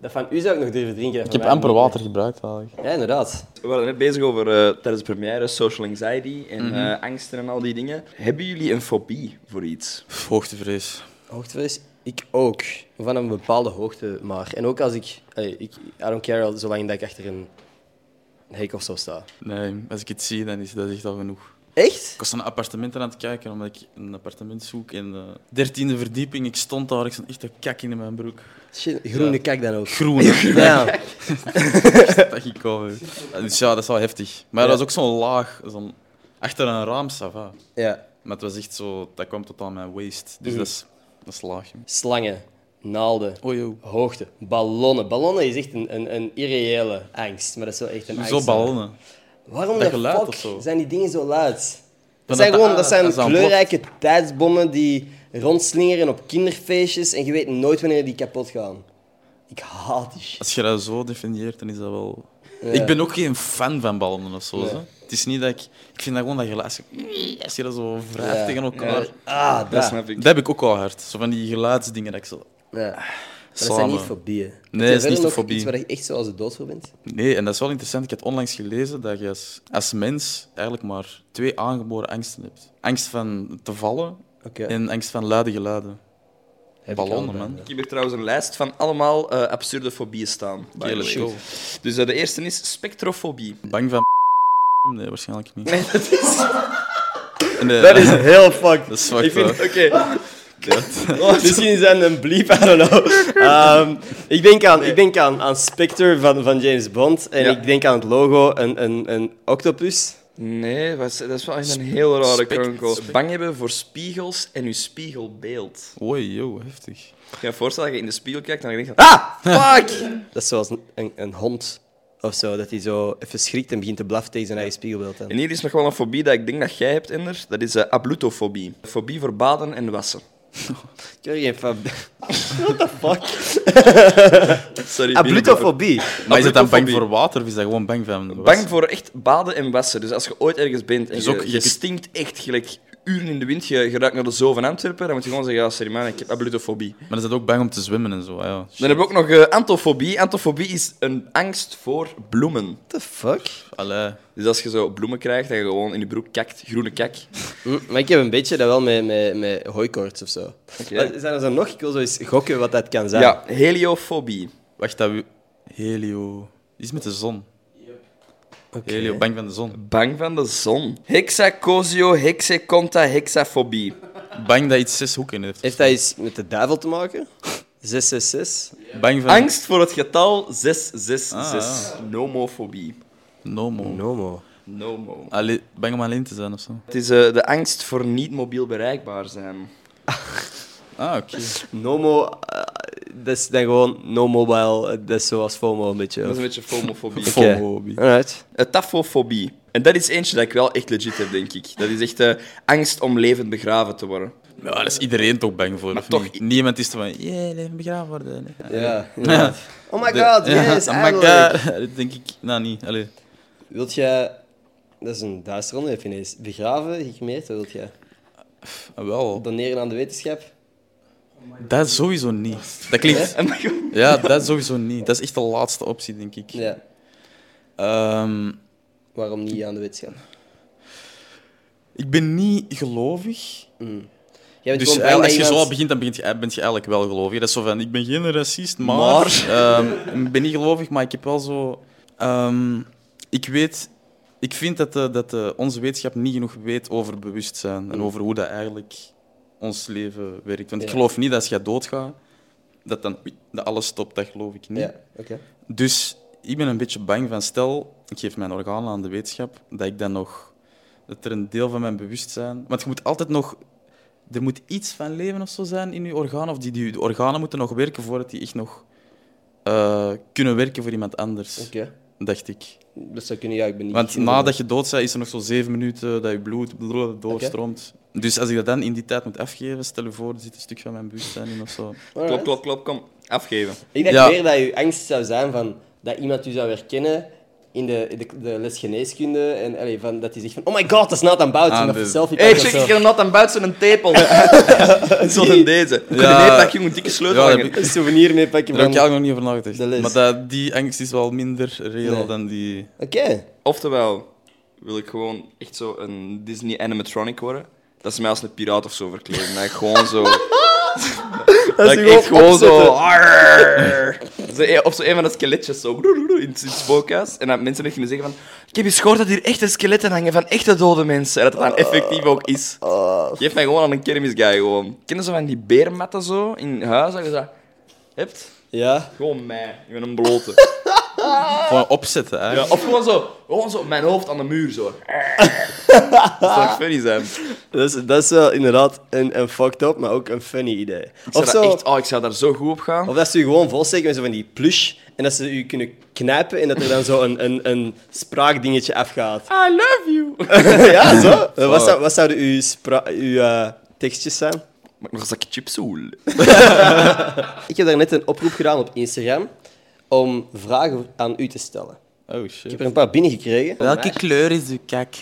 [SPEAKER 6] Dat van u zou ik nog durven drinken. dat van
[SPEAKER 2] Ik heb
[SPEAKER 6] mij
[SPEAKER 2] amper
[SPEAKER 6] niet.
[SPEAKER 2] water gebruikt eigenlijk.
[SPEAKER 6] Ja, inderdaad.
[SPEAKER 4] We waren net bezig over eh, tijdens de première social anxiety en
[SPEAKER 2] Mhm.
[SPEAKER 4] eh, angsten en al die dingen. Hebben jullie een fobie voor iets?
[SPEAKER 2] Hoogtevrees.
[SPEAKER 1] Hoogtevrees?
[SPEAKER 6] Ik ook.
[SPEAKER 1] Van een bepaalde hoogte maar. En ook als ik... allee, ik I don't care, al- zolang dat ik achter een hek of zo sta.
[SPEAKER 2] Nee, als ik het zie, dan is dat echt al genoeg.
[SPEAKER 1] Echt?
[SPEAKER 2] Ik was naar appartementen aan het kijken, omdat ik een appartement zoek. En de dertiende verdieping, ik stond daar, ik stond echt een kak in mijn broek.
[SPEAKER 1] Shit, groene kijk dan ook.
[SPEAKER 2] Groen, hè.
[SPEAKER 1] Ja.
[SPEAKER 2] dat ging komen. Dus ja, dat is wel heftig. Maar dat was ook zo'n laag, zo'n, achter een raam, ça va.
[SPEAKER 1] ja.
[SPEAKER 2] Maar het was echt zo, dat kwam tot aan mijn waist. Dus dat is, dat is laag. Oh, joh.
[SPEAKER 1] Slangen, naalden,
[SPEAKER 2] Oei, oei.
[SPEAKER 1] hoogte, ballonnen. Ballonnen is echt een, een, een irreële angst, maar dat is wel echt een angst.
[SPEAKER 2] Zo ballonnen.
[SPEAKER 1] Waarom
[SPEAKER 2] Dat
[SPEAKER 1] de
[SPEAKER 2] geluid
[SPEAKER 1] fuck
[SPEAKER 2] of zo.
[SPEAKER 1] zijn die dingen zo luid? Dat
[SPEAKER 2] dat
[SPEAKER 1] zijn,
[SPEAKER 2] dat-
[SPEAKER 1] gewoon, dat
[SPEAKER 2] ah,
[SPEAKER 1] zijn
[SPEAKER 2] dat is aan
[SPEAKER 1] kleurrijke tijdsbommen die rondslingeren op kinderfeestjes en je weet nooit wanneer die kapot gaan. Ik haat die shit.
[SPEAKER 2] Als je dat zo definieert, dan is dat wel... Ik ben ook geen fan van ballonnen of zo. zo. Het is niet dat ik... Ik vind dat gewoon dat geluid... als je- Als je dat zo wrijft tegen elkaar...
[SPEAKER 1] Ah,
[SPEAKER 4] Dat
[SPEAKER 1] dat.
[SPEAKER 4] snap ik.
[SPEAKER 2] Dat heb ik ook al hard. Zo van die geluidsdingen dat ik zo...
[SPEAKER 1] Ja. Maar dat zijn
[SPEAKER 2] Samen.
[SPEAKER 1] niet fobieën. Heb
[SPEAKER 2] Nee,
[SPEAKER 1] je
[SPEAKER 2] dat is
[SPEAKER 1] verder
[SPEAKER 2] niet de
[SPEAKER 1] nog
[SPEAKER 2] fobie.
[SPEAKER 1] iets waar je echt zoals de dood voor bent?
[SPEAKER 2] Nee, en dat is wel interessant. Ik had onlangs gelezen dat je als, als mens eigenlijk maar twee aangeboren angsten hebt. Angst van te vallen
[SPEAKER 1] Oké.
[SPEAKER 2] en angst van luide geluiden.
[SPEAKER 1] Heb ik
[SPEAKER 2] Ballonnen,
[SPEAKER 1] allebei,
[SPEAKER 2] man.
[SPEAKER 1] ja.
[SPEAKER 4] Ik heb hier trouwens een lijst van allemaal eh, absurde fobieën staan. by the
[SPEAKER 2] Hele
[SPEAKER 4] way.
[SPEAKER 2] show.
[SPEAKER 4] Dus eh, de eerste is spectrofobie.
[SPEAKER 2] Bang van Nee, waarschijnlijk niet.
[SPEAKER 4] Nee, dat is...
[SPEAKER 2] Nee,
[SPEAKER 1] Dat is heel fucked.
[SPEAKER 2] dat is fucked
[SPEAKER 1] Ik vind-
[SPEAKER 2] up.
[SPEAKER 4] Oké.
[SPEAKER 1] Misschien is dat een bleep, I don't know. Ehm, ik denk, aan, ik denk aan, aan Spectre van, van James Bond. En
[SPEAKER 4] Ja.
[SPEAKER 1] ik denk aan het logo, een, een, een octopus.
[SPEAKER 4] Nee, wat is- dat is wel echt een heel rare
[SPEAKER 2] spect-
[SPEAKER 4] kronkel.
[SPEAKER 2] spect-
[SPEAKER 4] Bang hebben voor spiegels en je spiegelbeeld.
[SPEAKER 2] Oei, joh, heftig.
[SPEAKER 1] Ah,
[SPEAKER 4] Ik kan je voorstellen dat je in de spiegel kijkt en dan denk je van... Ah, fuck!
[SPEAKER 1] Dat is zoals een, een, een hond of zo, dat hij zo even schrikt en begint te blaffen tegen zijn eigen spiegelbeeld. aan.
[SPEAKER 4] en hier is nog wel een fobie dat ik denk dat jij hebt, Ender. Dat is eh, ablutofobie. Fobie voor baden en wassen.
[SPEAKER 1] Ik heb geen fab...
[SPEAKER 4] Sorry,
[SPEAKER 1] Ah,
[SPEAKER 4] binnen-
[SPEAKER 1] Ablutofobie.
[SPEAKER 2] Maar is dat dan bang
[SPEAKER 4] Ablutofobie.
[SPEAKER 2] voor water of is dat gewoon bang van...
[SPEAKER 4] Bang voor echt baden en wassen. Dus als je ooit ergens bent en
[SPEAKER 2] Dus
[SPEAKER 4] je,
[SPEAKER 2] ook-
[SPEAKER 4] je
[SPEAKER 2] je-
[SPEAKER 4] stinkt echt gelijk uren in de wind, je, je ruikt naar de zoo van Antwerpen, dan moet je gewoon zeggen, ja, sorry man, ik heb ablutofobie.
[SPEAKER 2] Maar is dat ook bang om te zwemmen en zo? Ah, Ja.
[SPEAKER 4] Dan hebben we ook nog eh, antofobie. Antofobie is een angst voor bloemen.
[SPEAKER 1] What the fuck?
[SPEAKER 2] Allee.
[SPEAKER 4] Dus als je zo bloemen krijgt, dat je gewoon in je broek kakt, groene kak.
[SPEAKER 1] Hm, maar ik heb een beetje dat wel met, met, met hooikoorts of zo. Wat- Zijn er zo nog? Ik wil zo eens gokken wat dat kan zijn.
[SPEAKER 4] Ja, heliofobie.
[SPEAKER 2] Wacht, dat... we- Helio... Iets met de zon. Helio, bang van de zon.
[SPEAKER 4] Bang van de zon. Hexacosio, hexaconta, hexafobie.
[SPEAKER 2] Bang dat iets zes hoeken heeft.
[SPEAKER 1] Heeft dat iets met de duivel te maken? 666?
[SPEAKER 2] Bang van...
[SPEAKER 4] Angst voor het getal 666.
[SPEAKER 2] Ah,
[SPEAKER 4] Nomofobie.
[SPEAKER 2] Nomo.
[SPEAKER 1] Nomo.
[SPEAKER 4] Nomo.
[SPEAKER 2] Allee- bang om alleen te zijn of zo.
[SPEAKER 4] Het is eh, de angst voor niet mobiel bereikbaar zijn.
[SPEAKER 2] Ah, oké.
[SPEAKER 1] Nomo, eh, dat is dan gewoon no mobile. eh, Dat is zoals FOMO een beetje.
[SPEAKER 4] Dat is
[SPEAKER 1] of-
[SPEAKER 4] een beetje fomofobie.
[SPEAKER 1] Oké.
[SPEAKER 2] FOMO-hobby.
[SPEAKER 1] Alright.
[SPEAKER 4] Eh, Tafofobie. En dat is eentje dat ik wel echt legit heb, denk ik. Dat is echt eh, angst om levend begraven te worden.
[SPEAKER 2] Ja, daar is iedereen toch bang voor. of
[SPEAKER 4] toch-
[SPEAKER 2] niet? Niemand is toch van, jee, leven begraven worden.
[SPEAKER 1] Ja. inderdaad. Oh my
[SPEAKER 2] De-
[SPEAKER 1] god,
[SPEAKER 2] Ja,
[SPEAKER 1] yes,
[SPEAKER 2] oh my god.
[SPEAKER 1] eindelijk.
[SPEAKER 2] Dat denk ik, nou niet. Allee.
[SPEAKER 1] Wilt jij... Dat is een duister onderwerp ineens. Begraven, gecremeerd, wat wilt jij?
[SPEAKER 2] Ah, Wel,
[SPEAKER 1] Doneren aan de wetenschap?
[SPEAKER 2] dat sowieso niet. Dat klinkt... Ja, dat sowieso niet. Dat is echt de laatste optie, denk ik.
[SPEAKER 1] Ja.
[SPEAKER 2] Ehm,
[SPEAKER 1] Waarom niet aan de wetenschap?
[SPEAKER 2] ik ben niet gelovig.
[SPEAKER 1] Jij bent
[SPEAKER 2] Dus
[SPEAKER 1] gewoon
[SPEAKER 2] eigenlijk,
[SPEAKER 1] bang
[SPEAKER 2] als je
[SPEAKER 1] dat
[SPEAKER 2] zo al
[SPEAKER 1] iemand-
[SPEAKER 2] begint, dan begint je, ben je eigenlijk wel gelovig. Dat is zo van, ik ben geen racist, maar...
[SPEAKER 4] Maar?
[SPEAKER 2] ehm, ik ben niet gelovig, maar ik heb wel zo... ehm, ik weet... Ik vind dat, de, dat de, onze wetenschap niet genoeg weet over bewustzijn en over hoe dat eigenlijk ons leven werkt. Want
[SPEAKER 1] Mm.
[SPEAKER 2] ik
[SPEAKER 1] Ja.
[SPEAKER 2] geloof niet dat als je doodgaat, dat dan oei, dat alles stopt. Dat geloof ik niet.
[SPEAKER 1] Ja, oké.
[SPEAKER 2] Dus ik ben een beetje bang van, stel, ik geef mijn organen aan de wetenschap, dat ik dan nog... Dat er een deel van mijn bewustzijn... Want je moet altijd nog... Er moet iets van leven of zo zijn in je organen, of die, die, de organen moeten nog werken voordat die echt nog eh, kunnen werken voor iemand anders,
[SPEAKER 1] Oké.
[SPEAKER 2] dacht ik.
[SPEAKER 1] Dat zou kunnen, ja, ik ben niet...
[SPEAKER 2] Want nadat je dood bent, is er nog zo zeven minuten dat je bloed bloed doorstroomt. Dus als ik dat dan in die tijd moet afgeven, stel je voor, er zit een stuk van mijn bewustzijn in of zo.
[SPEAKER 4] Klop, klop, klop, kom. Afgeven.
[SPEAKER 1] Ah, Ik dacht
[SPEAKER 2] Ja.
[SPEAKER 1] meer dat je angst zou zijn van dat iemand u zou herkennen in de, in de, de les geneeskunde. En allee, van, dat hij zegt van, oh my god, dat is not aan bouten.
[SPEAKER 2] Aan
[SPEAKER 1] dat
[SPEAKER 2] de-
[SPEAKER 1] je selfie
[SPEAKER 4] Hé,
[SPEAKER 1] pakt
[SPEAKER 4] Ah, dus- hey,
[SPEAKER 1] of
[SPEAKER 4] check,
[SPEAKER 1] zo.
[SPEAKER 4] ik heb not aan buiten een tepel. Zoals deze. Ik
[SPEAKER 2] Ja.
[SPEAKER 4] ja. dat je moet dikke sleutel
[SPEAKER 2] Ja, dat
[SPEAKER 4] hangen.
[SPEAKER 2] heb
[SPEAKER 1] Een souvenir meepakken
[SPEAKER 2] Daar heb
[SPEAKER 1] van...
[SPEAKER 2] ik eigenlijk nog niet over nagedacht.
[SPEAKER 1] de les.
[SPEAKER 2] Maar dat, die angst is wel minder reëel
[SPEAKER 1] Nee.
[SPEAKER 2] dan die...
[SPEAKER 1] Oké.
[SPEAKER 4] Oftewel, wil ik gewoon echt zo een Disney animatronic worden. Dat ze mij als een piraat of zo verkleden. Dat ik gewoon zo... dat ik
[SPEAKER 1] gewoon
[SPEAKER 4] echt gewoon zo...
[SPEAKER 1] opzetten.
[SPEAKER 4] Arrrr. Zo een- Op zo een van de skeletjes zo... In het in het spookhuis. En dat mensen echt kunnen zeggen van... Ik heb eens gehoord dat hier echte skeletten hangen van echte dode mensen. En dat het dan effectief ook is.
[SPEAKER 1] Oh.
[SPEAKER 4] Geef mij gewoon aan een kermisguy gewoon. Kennen ze van die beermatten zo in huis? Dat je dat hebt?
[SPEAKER 1] Ja.
[SPEAKER 4] Gewoon mij. Ik ben een blote.
[SPEAKER 2] Gewoon opzetten,
[SPEAKER 4] Ja,
[SPEAKER 2] eigenlijk.
[SPEAKER 4] of gewoon zo, gewoon zo mijn hoofd aan de muur zo. Dat zou echt funny zijn.
[SPEAKER 1] Dat is, dat is wel inderdaad een, een fucked up, maar ook een funny idee.
[SPEAKER 4] Ik
[SPEAKER 1] Of
[SPEAKER 4] zou, dat
[SPEAKER 1] zo...
[SPEAKER 4] echt, oh, ik zou daar zo goed op gaan.
[SPEAKER 1] Of dat ze u gewoon volsteken met zo van die plush en dat ze u kunnen knijpen en dat er dan zo een, een, een spraakdingetje afgaat. I love you! ja, zo. Eh, Wat, zou, wat zouden uw, spra- uw eh, tekstjes zijn?
[SPEAKER 4] Maar nog een zakje chips hoel.
[SPEAKER 1] Ik heb daar net een oproep gedaan op Instagram om vragen aan u te stellen.
[SPEAKER 2] Oh,
[SPEAKER 1] Ik heb
[SPEAKER 2] shit.
[SPEAKER 1] er een paar binnengekregen.
[SPEAKER 2] Welke kleur is uw kak?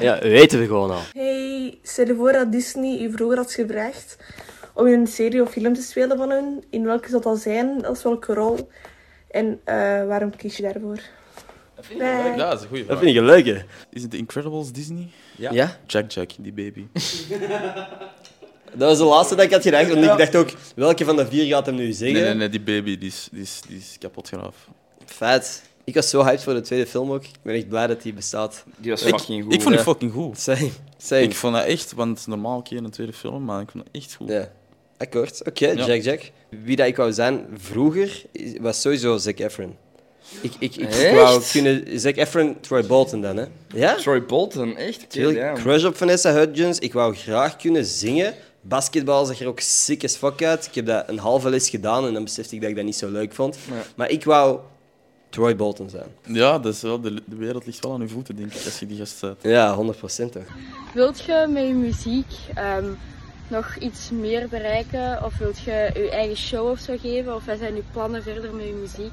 [SPEAKER 7] Ja, weten we gewoon al.
[SPEAKER 8] Hey, stel je voor dat Disney je vroeger had gevraagd om je een serie of film te spelen van hun. In welke zou dat zijn? Dat is welke rol? En eh, waarom kies je daarvoor? Bye.
[SPEAKER 2] Ja, dat is een goede
[SPEAKER 1] Dat
[SPEAKER 2] vraag.
[SPEAKER 1] vind ik een leuke.
[SPEAKER 2] Is het The Incredibles Disney?
[SPEAKER 4] Ja.
[SPEAKER 1] Ja?
[SPEAKER 2] Jack Jack, die baby.
[SPEAKER 1] Dat was de laatste dat ik had gedaan, want ik dacht ook, welke van de vier gaat hem nu zeggen?
[SPEAKER 2] Nee, nee, nee, die baby die is, die is, die is kapot graaf.
[SPEAKER 1] Feit. Ik was zo hyped voor de tweede film ook. Ik ben echt blij dat die bestaat.
[SPEAKER 4] Die was
[SPEAKER 2] Ik,
[SPEAKER 4] fucking goed.
[SPEAKER 2] ik vond die
[SPEAKER 1] hè?
[SPEAKER 2] fucking goed.
[SPEAKER 1] Same. eh. Same.
[SPEAKER 2] Ik vond dat echt, want normaal keer een tweede film, maar ik vond dat echt goed.
[SPEAKER 1] Ja, akkoord. Oké,
[SPEAKER 2] Ja.
[SPEAKER 1] Jack Jack. Wie dat ik wou zijn vroeger, is- was sowieso Zac Efron. Ik, ik, ik wou kunnen... Zac Efron, Troy Bolton dan, hè? Ja?
[SPEAKER 4] Troy Bolton, echt? Oké,
[SPEAKER 1] Heel
[SPEAKER 4] ja.
[SPEAKER 1] crush op Vanessa Hudgens. Ik wou graag kunnen zingen. Basketbal zag er ook sick as fuck uit. Ik heb dat een halve les gedaan en dan besefte ik dat ik dat niet zo leuk vond. Maar ik wou Troy Bolton zijn.
[SPEAKER 2] Ja, dat is wel, de, de wereld ligt wel aan uw voeten, denk ik, als je die gast eh, zet.
[SPEAKER 1] Ja, 100% toch.
[SPEAKER 9] Wilt je met je muziek ehm, nog iets meer bereiken? Of wilt je je eigen show of zo geven? Of wat zijn je plannen verder met je muziek?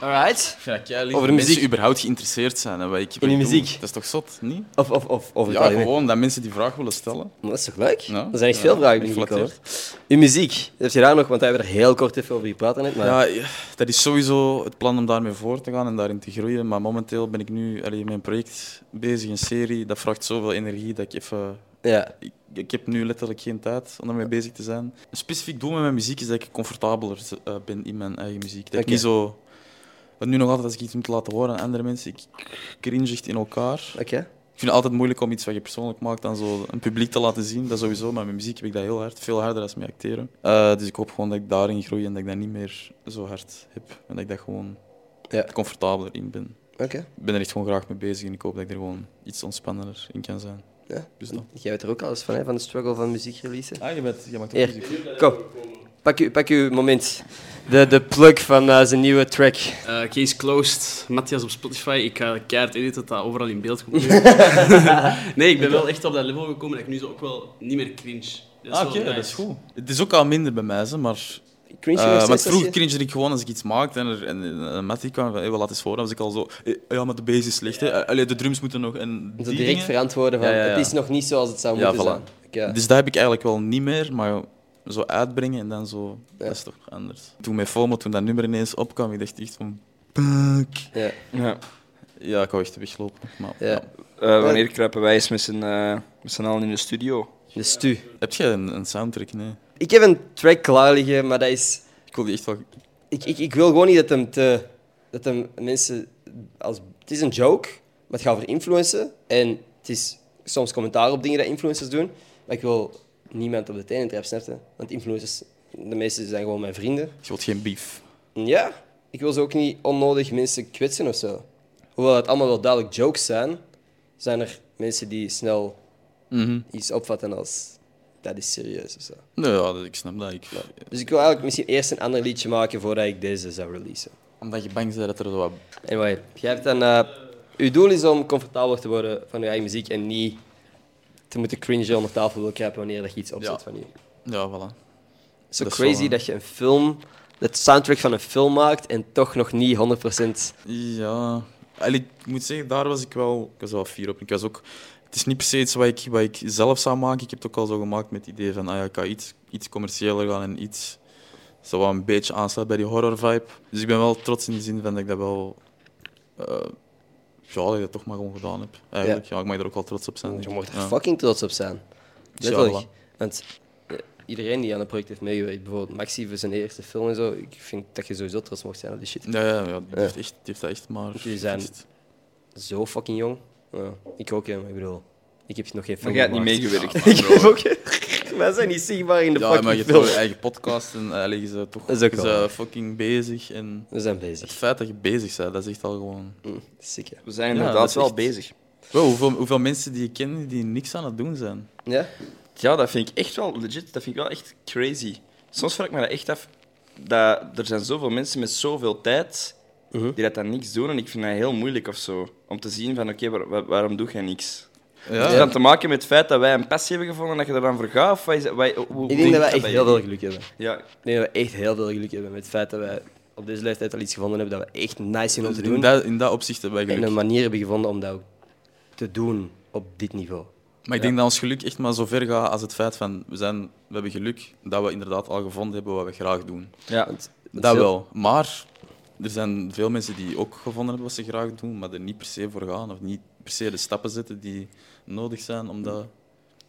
[SPEAKER 1] Alright.
[SPEAKER 2] Ik vind dat keilief
[SPEAKER 1] Over
[SPEAKER 2] dat
[SPEAKER 1] muziek.
[SPEAKER 2] mensen überhaupt geïnteresseerd zijn en wat ik
[SPEAKER 1] In die
[SPEAKER 2] doe.
[SPEAKER 1] muziek.
[SPEAKER 2] Dat is toch zot, niet?
[SPEAKER 1] Of, of, of, of
[SPEAKER 2] Ja, gewoon dat mensen die vraag willen stellen.
[SPEAKER 1] Maar Dat is toch leuk?
[SPEAKER 2] Ja.
[SPEAKER 1] Er zijn echt
[SPEAKER 2] Ja,
[SPEAKER 1] veel vragen
[SPEAKER 2] ik
[SPEAKER 1] binnengekomen.
[SPEAKER 2] flatteer.
[SPEAKER 1] Uw muziek, heb je daar nog, want daar hebben we er heel kort even over gepraat net, maar...
[SPEAKER 2] Ja, ja, dat is sowieso het plan om daarmee voor te gaan en daarin te groeien. Maar momenteel ben ik nu allee, met een project bezig, een serie. Dat vraagt zoveel energie dat ik even...
[SPEAKER 1] Ja.
[SPEAKER 2] Ik, ik heb nu letterlijk geen tijd om daarmee bezig te zijn. Een specifiek doel met mijn muziek is dat ik comfortabeler eh, ben in mijn eigen muziek. Dat ik
[SPEAKER 1] Oké.
[SPEAKER 2] niet zo... Want nu nog altijd als ik iets moet laten horen aan andere mensen, ik cringe echt in elkaar.
[SPEAKER 1] Oké.
[SPEAKER 2] Ik vind het altijd moeilijk om iets wat je persoonlijk maakt aan zo een publiek te laten zien. Dat sowieso, maar met muziek heb ik dat heel hard. Veel harder dan met acteren. Eh, dus ik hoop gewoon dat ik daarin groei en dat ik dat niet meer zo hard heb. En dat ik daar gewoon
[SPEAKER 1] Ja.
[SPEAKER 2] comfortabeler in ben.
[SPEAKER 1] Oké.
[SPEAKER 2] Ik ben er echt gewoon graag mee bezig en ik hoop dat ik er gewoon iets ontspannender in kan zijn.
[SPEAKER 1] Ja.
[SPEAKER 2] Dus dat.
[SPEAKER 1] Jij weet er ook alles van, hè, van de struggle van muziek releasen.
[SPEAKER 2] Ah, je, bent, je maakt ook muziek.
[SPEAKER 1] Hier, kom. Pak uw, pak uw moment. De, de plug van eh, zijn nieuwe track.
[SPEAKER 5] Eh, case closed. Matthias op Spotify. Ik ga keihard editen dat dat overal in beeld komt. nee, ik ben wel echt op dat level gekomen dat ik nu zo ook wel niet meer cringe. Dat
[SPEAKER 2] Ah,
[SPEAKER 5] wel
[SPEAKER 2] oké, dat
[SPEAKER 5] nice.
[SPEAKER 2] is goed. Het is ook al minder bij mij, ze, maar...
[SPEAKER 1] Cringe
[SPEAKER 2] eh,
[SPEAKER 1] nog steeds
[SPEAKER 2] want
[SPEAKER 1] als
[SPEAKER 2] vroeger
[SPEAKER 1] je-
[SPEAKER 2] cringe ik gewoon als ik iets maakte en, er, en, en, en Matty kwam van, hey, wel, laat eens horen. Dan was ik al zo, eh, ja, maar de bass is slecht, hè. Eh, allee, de drums moeten nog... En
[SPEAKER 1] Zo
[SPEAKER 2] die
[SPEAKER 1] direct
[SPEAKER 2] dingen.
[SPEAKER 1] verantwoorden van,
[SPEAKER 2] Ja, ja, ja.
[SPEAKER 1] het is nog niet zoals het zou
[SPEAKER 2] Ja,
[SPEAKER 1] moeten
[SPEAKER 2] voilà.
[SPEAKER 1] zijn. Oké.
[SPEAKER 2] Dus dat heb ik eigenlijk wel niet meer, maar zo uitbrengen en dan zo, dat is toch anders. Toen met FOMO, toen dat nummer ineens opkwam, ik dacht echt van... Fuck.
[SPEAKER 1] Ja.
[SPEAKER 4] Ja.
[SPEAKER 2] Ja, ik wou echt weglopen. Maar, ja.
[SPEAKER 1] Ja.
[SPEAKER 4] Eh, wanneer kruipen wij eens met z'n eh, met z'n allen in de studio?
[SPEAKER 1] De stu.
[SPEAKER 2] Heb jij een, een soundtrack? Nee.
[SPEAKER 1] Ik heb een track klaar liggen, maar dat is...
[SPEAKER 2] Ik wil die echt wel...
[SPEAKER 1] Ik, ik, ik wil gewoon niet dat hem te... Dat hem mensen... Als, het is een joke, maar het gaat over influencen. En het is soms commentaar op dingen dat influencers doen. Maar ik wil niemand op de tenen trappen, snap je? Want influencers, de meeste zijn gewoon mijn vrienden.
[SPEAKER 2] Je wilt geen beef.
[SPEAKER 1] Ja, ik ik wil ze ook niet onnodig mensen kwetsen of zo. Hoewel het allemaal wel duidelijk jokes zijn, zijn er mensen die snel
[SPEAKER 2] Mhm.
[SPEAKER 1] iets opvatten als dat is serieus of zo.
[SPEAKER 2] Nee, ja, dat- ik snap dat. Ik,
[SPEAKER 1] Dus ik wil eigenlijk misschien eerst een ander liedje maken voordat ik deze zou releasen.
[SPEAKER 2] Omdat je bang bent dat er zo wat...
[SPEAKER 1] Anyway, jij hebt dan... eh, uw doel is om comfortabeler te worden van uw eigen muziek en niet te moeten cringen onder tafel wil kruipen wanneer dat je iets opzet
[SPEAKER 2] Ja.
[SPEAKER 1] van je.
[SPEAKER 2] Ja, voilà.
[SPEAKER 1] Zo
[SPEAKER 2] Dat is
[SPEAKER 1] crazy
[SPEAKER 2] wel, eh.
[SPEAKER 1] dat je een film, het soundtrack van een film maakt en toch nog niet 100%.
[SPEAKER 2] Ja... Allee, ik moet zeggen, daar was ik wel... Ik was wel fier op. Ik was ook... Het is niet per se iets wat ik, wat ik zelf zou maken. Ik heb het ook al zo gemaakt met het idee van... Ah ja, ik ga iets, iets commerciëler gaan en iets... Zo wat een beetje aansluit bij die horror-vibe. Dus ik ben wel trots in de zin van dat ik dat wel... eh, ja, dat ik dat toch maar gewoon gedaan heb. Eigenlijk. Ja. ik mag er ook wel trots op zijn.
[SPEAKER 1] Je
[SPEAKER 2] denk ik.
[SPEAKER 1] mag er
[SPEAKER 2] Ja.
[SPEAKER 1] fucking trots op zijn.
[SPEAKER 2] Ja,
[SPEAKER 1] Letterlijk.
[SPEAKER 2] voilà.
[SPEAKER 1] Want eh, iedereen die aan het project heeft meegewerkt, bijvoorbeeld Maxi voor zijn eerste film en zo, ik vind dat je sowieso trots mag zijn op die shit.
[SPEAKER 2] Ja, ja, ja, die, Heeft echt, die heeft dat echt maar...
[SPEAKER 1] Jullie zijn-
[SPEAKER 2] gefixt.
[SPEAKER 1] Zo fucking jong. Ja, ik ook, hè, maar ik bedoel, ik heb nog geen
[SPEAKER 4] Maar
[SPEAKER 1] film
[SPEAKER 4] jij hebt niet
[SPEAKER 1] gemaakt.
[SPEAKER 4] meegewerkt.
[SPEAKER 1] Wij zijn niet zichtbaar in de
[SPEAKER 2] Ja, maar je
[SPEAKER 1] fucking
[SPEAKER 2] hebt wel
[SPEAKER 1] film.
[SPEAKER 2] je eigen podcast en eigenlijk is dat toch
[SPEAKER 1] Dat is ook
[SPEAKER 2] je
[SPEAKER 1] wel
[SPEAKER 2] bent
[SPEAKER 1] waar.
[SPEAKER 2] fucking bezig. En
[SPEAKER 1] We zijn
[SPEAKER 2] het
[SPEAKER 1] bezig.
[SPEAKER 2] feit dat je bezig bent, dat is echt al gewoon...
[SPEAKER 1] Hm, Sick, hè.
[SPEAKER 4] We zijn
[SPEAKER 2] dat
[SPEAKER 4] inderdaad
[SPEAKER 2] is
[SPEAKER 4] wel
[SPEAKER 2] echt-
[SPEAKER 4] bezig.
[SPEAKER 2] Wow, hoeveel, hoeveel mensen die je kent die niks aan het doen zijn.
[SPEAKER 1] Ja?
[SPEAKER 4] Ja, dat vind ik echt wel legit. Dat vind ik wel echt crazy. Soms vraag ik me dat echt af. Dat, er zijn zoveel mensen met zoveel tijd
[SPEAKER 1] Mhm.
[SPEAKER 4] die dat dan niks doen. En ik vind dat heel moeilijk of zo. Om te zien van, oké, waar- waar- waarom doe jij niks? Heeft het dan te maken met het feit dat wij een passie hebben gevonden en dat je er dan voor gaat? Of wat is, wat, hoe- hoe,
[SPEAKER 1] Ik denk dat wij echt
[SPEAKER 4] bij
[SPEAKER 1] heel veel
[SPEAKER 4] jullie?
[SPEAKER 1] geluk hebben.
[SPEAKER 4] Ja,
[SPEAKER 1] Ik denk dat we echt heel veel geluk hebben met het feit dat wij op deze leeftijd al iets gevonden hebben dat we echt nice zien om te
[SPEAKER 2] Dus in,
[SPEAKER 1] doen.
[SPEAKER 2] dat, in dat opzicht hebben wij
[SPEAKER 1] En een
[SPEAKER 2] geluk.
[SPEAKER 1] manier hebben gevonden om dat ook te doen op dit niveau.
[SPEAKER 2] Maar ik denk dat ons geluk echt maar zo ver gaat als het feit van... We, zijn, we hebben geluk dat we inderdaad al gevonden hebben wat we graag doen.
[SPEAKER 4] ja.
[SPEAKER 2] Dat wel. Maar er zijn veel mensen die ook gevonden hebben wat ze graag doen, maar er niet per se voor gaan. Of niet per se de stappen zetten die nodig zijn om dat...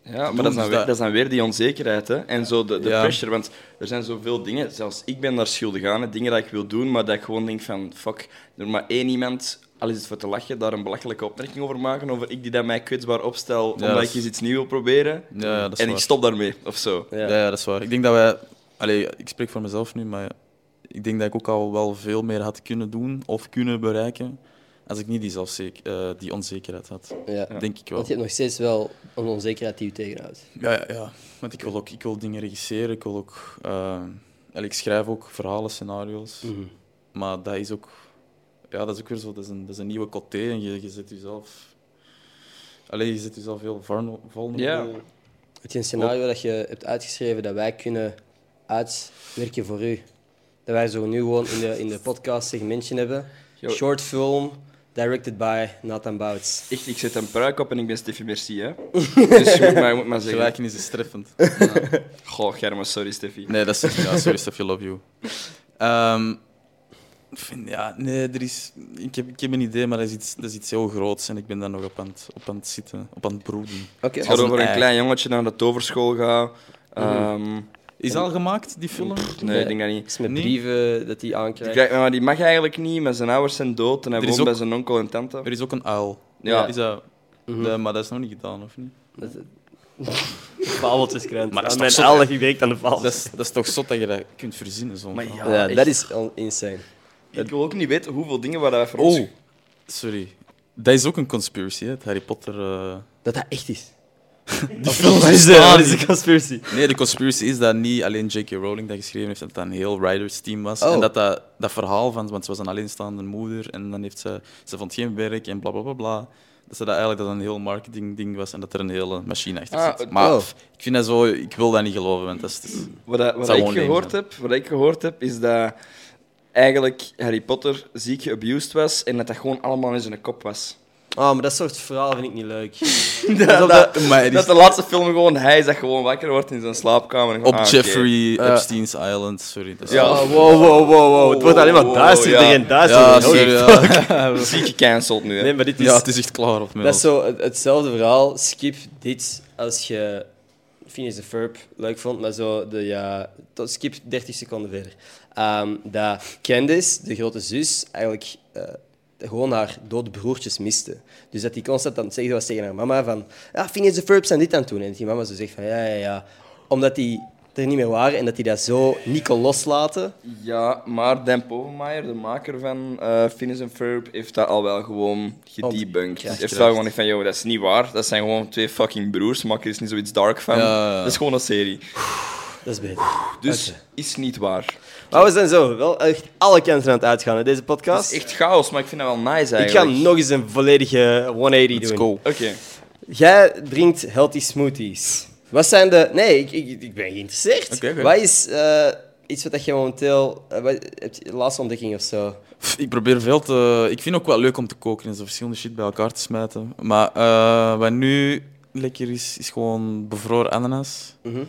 [SPEAKER 4] Ja,
[SPEAKER 2] doen,
[SPEAKER 4] maar dat is,
[SPEAKER 2] dus
[SPEAKER 4] dan weer,
[SPEAKER 2] dat-
[SPEAKER 4] dat is dan weer die onzekerheid hè? en zo de, de
[SPEAKER 2] Ja.
[SPEAKER 4] pressure. Want er zijn zoveel dingen, zelfs ik ben daar schuldig aan, hè, dingen dat ik wil doen, maar dat ik gewoon denk van, fuck, er maar één iemand, al is het voor te lachen, daar een belachelijke opmerking over maken, over ik die dat mij kwetsbaar opstel,
[SPEAKER 2] Ja,
[SPEAKER 4] omdat
[SPEAKER 2] dat
[SPEAKER 4] ik
[SPEAKER 2] is-
[SPEAKER 4] eens iets nieuws wil proberen.
[SPEAKER 2] Ja, ja, dat is
[SPEAKER 4] en ik
[SPEAKER 2] waar.
[SPEAKER 4] stop daarmee, of zo.
[SPEAKER 2] Ja. ja, dat is waar. Ik denk dat wij... Allee, ik spreek voor mezelf nu, maar ik denk dat ik ook al wel veel meer had kunnen doen of kunnen bereiken als ik niet die, zelfzek- eh, die onzekerheid had.
[SPEAKER 1] Ja.
[SPEAKER 2] Denk ik wel.
[SPEAKER 1] Want je hebt nog steeds wel een onzekerheid die je tegenhoudt.
[SPEAKER 2] Ja, ja, ja. Want ik wil ook ik wil dingen regisseren, ik wil ook... eh, en ik schrijf ook verhalen, scenario's.
[SPEAKER 1] Mm. Mhm.
[SPEAKER 2] Maar dat is ook... Ja, dat is ook weer zo. Dat is een, dat is een nieuwe coté en je, je zet jezelf... Alleen je zet jezelf heel vulner- vulnerable.
[SPEAKER 4] Ja.
[SPEAKER 1] Het is een scenario dat je hebt uitgeschreven dat wij kunnen uitwerken voor u. Dat wij zo nu gewoon in de, in de podcast segmentje hebben.
[SPEAKER 4] Yo.
[SPEAKER 1] Short film, directed by Nathan Bouts.
[SPEAKER 4] Echt, ik zet een pruik op en ik ben Steffi Merci, hè. dus je moet maar, je moet maar zeggen,
[SPEAKER 2] Gelijkenis is treffend.
[SPEAKER 4] goh, Germa, sorry Steffi.
[SPEAKER 2] Nee, dat is... Ja, sorry, Steffi, love you. Ehm, ik vind, ja, nee, er is... Ik heb, ik heb een idee, maar dat is, iets, dat is iets heel groots. En ik ben daar nog op aan het, op aan het zitten, op aan het broeden.
[SPEAKER 1] Oké.
[SPEAKER 4] Het gaat
[SPEAKER 2] Als een
[SPEAKER 4] over een
[SPEAKER 2] ei. Mhm.
[SPEAKER 4] klein jongetje naar de toverschool gaan. Ehm,
[SPEAKER 2] Is al gemaakt, die film?
[SPEAKER 4] nee, ik denk dat niet.
[SPEAKER 1] Het is met
[SPEAKER 2] Nee.
[SPEAKER 1] brieven dat hij
[SPEAKER 4] Die
[SPEAKER 1] aankrijgt.
[SPEAKER 4] krijgt- maar die mag eigenlijk niet, maar zijn ouders zijn dood en hij
[SPEAKER 2] Er is
[SPEAKER 4] woont
[SPEAKER 2] ook-
[SPEAKER 4] bij zijn onkel en tante.
[SPEAKER 2] Er is ook een uil.
[SPEAKER 4] Ja.
[SPEAKER 2] Is dat...
[SPEAKER 1] Mhm.
[SPEAKER 2] Nee, maar dat is nog niet gedaan, of niet?
[SPEAKER 1] Fabeltjes krijgt. Maar
[SPEAKER 2] dat is
[SPEAKER 1] mijn
[SPEAKER 2] toch
[SPEAKER 1] eldig gewerkt aan de fabel.
[SPEAKER 2] Dat is, dat is toch zot dat je dat kunt verzinnen, zo'n verhaal.
[SPEAKER 1] Ja, dat is on- insane.
[SPEAKER 4] Ik wil ook niet weten hoeveel dingen waar wij voor ons...
[SPEAKER 2] Oh, sorry. Dat is ook een conspiracy, hè? het Harry Potter... eh.
[SPEAKER 1] Dat dat echt is.
[SPEAKER 2] Die film is
[SPEAKER 1] dat is een conspiracy.
[SPEAKER 2] Nee, de conspiracy is dat niet alleen J.K. Rowling dat geschreven heeft, dat dat een heel writers team was.
[SPEAKER 1] Oh.
[SPEAKER 2] En dat, dat dat verhaal van, want ze was een alleenstaande moeder en dan heeft ze, ze vond geen werk en bla bla bla bla. Dat ze dat eigenlijk dat een heel marketing ding was en dat er een hele machine achter
[SPEAKER 4] Ah,
[SPEAKER 2] zit. Maar
[SPEAKER 1] oh.
[SPEAKER 2] ik vind dat zo, ik wil dat niet geloven, want dat is, dus dat is-
[SPEAKER 4] Wat, dat- wat
[SPEAKER 2] zou
[SPEAKER 4] ik
[SPEAKER 2] gewoon
[SPEAKER 4] gehoord
[SPEAKER 2] leem
[SPEAKER 4] heb, wat ik gehoord heb, is dat eigenlijk Harry Potter ziek geabused was en dat dat gewoon allemaal in zijn kop was.
[SPEAKER 1] Oh, maar dat soort verhaal vind ik niet leuk.
[SPEAKER 4] dat,
[SPEAKER 2] maar het is-
[SPEAKER 4] dat de laatste film gewoon hij is dat gewoon wakker wordt in zijn slaapkamer. en
[SPEAKER 2] Op
[SPEAKER 4] gewoon, ah, oké.
[SPEAKER 2] Jeffrey Epstein's Island, sorry. Dat is
[SPEAKER 4] Ja.
[SPEAKER 1] Oh, wow, wow, wow, wow. Het wordt alleen maar
[SPEAKER 4] Wow,
[SPEAKER 1] duister
[SPEAKER 4] ja.
[SPEAKER 1] en duister.
[SPEAKER 2] Ja, sorry, ja.
[SPEAKER 4] Ziek gecanceld nu. Hè.
[SPEAKER 1] Nee, maar dit is...
[SPEAKER 2] ja, het is echt klaar op mij.
[SPEAKER 1] Dat is zo het- hetzelfde verhaal. Skip dit als je Phineas de Ferb leuk vond, maar zo de, ja, tot skip 30 seconden verder. Ehm, dat Candice, de grote zus, eigenlijk eh, gewoon haar dode broertjes miste. Dus dat die constant aan het zeggen was tegen haar mama van ja, Phineas de Ferb zijn dit aan het doen. En dat die mama zo zegt van ja, ja, ja. Omdat die er niet meer waren en dat die dat zo niet kon loslaten.
[SPEAKER 4] Ja, maar Dan Povenmaier, de maker van eh Phineas en Ferb, heeft dat al wel gewoon
[SPEAKER 2] Oh,
[SPEAKER 4] gedebunked. Dus
[SPEAKER 1] Ja,
[SPEAKER 4] Hij heeft
[SPEAKER 1] terecht.
[SPEAKER 4] wel gewoon gezegd van, yo, dat is niet waar. Dat zijn gewoon twee fucking broers, maak er eens niet zoiets dark van.
[SPEAKER 2] Ja, ja.
[SPEAKER 4] Dat is gewoon een serie.
[SPEAKER 1] Dat is beter.
[SPEAKER 4] Dus is niet waar.
[SPEAKER 1] Maar we zijn zo wel echt alle kanten aan het uitgaan in deze
[SPEAKER 4] Dat
[SPEAKER 1] podcast.
[SPEAKER 4] is echt chaos, maar ik vind dat wel nice eigenlijk.
[SPEAKER 1] Ik ga nog eens een volledige 180 doen.
[SPEAKER 2] go.
[SPEAKER 4] Oké.
[SPEAKER 1] Jij drinkt healthy smoothies. Wat zijn de... Nee, ik, ik, ik ben geïnteresseerd.
[SPEAKER 4] Oké, oké.
[SPEAKER 1] Wat is eh, iets wat je momenteel... eh, wat, heb je laatste ontdekking of zo?
[SPEAKER 2] Pff, Ik probeer veel te... Ik vind het ook wel leuk om te koken en zo verschillende shit bij elkaar te smijten. Maar eh, wat nu lekker is, is gewoon bevroren ananas.
[SPEAKER 1] Mhm.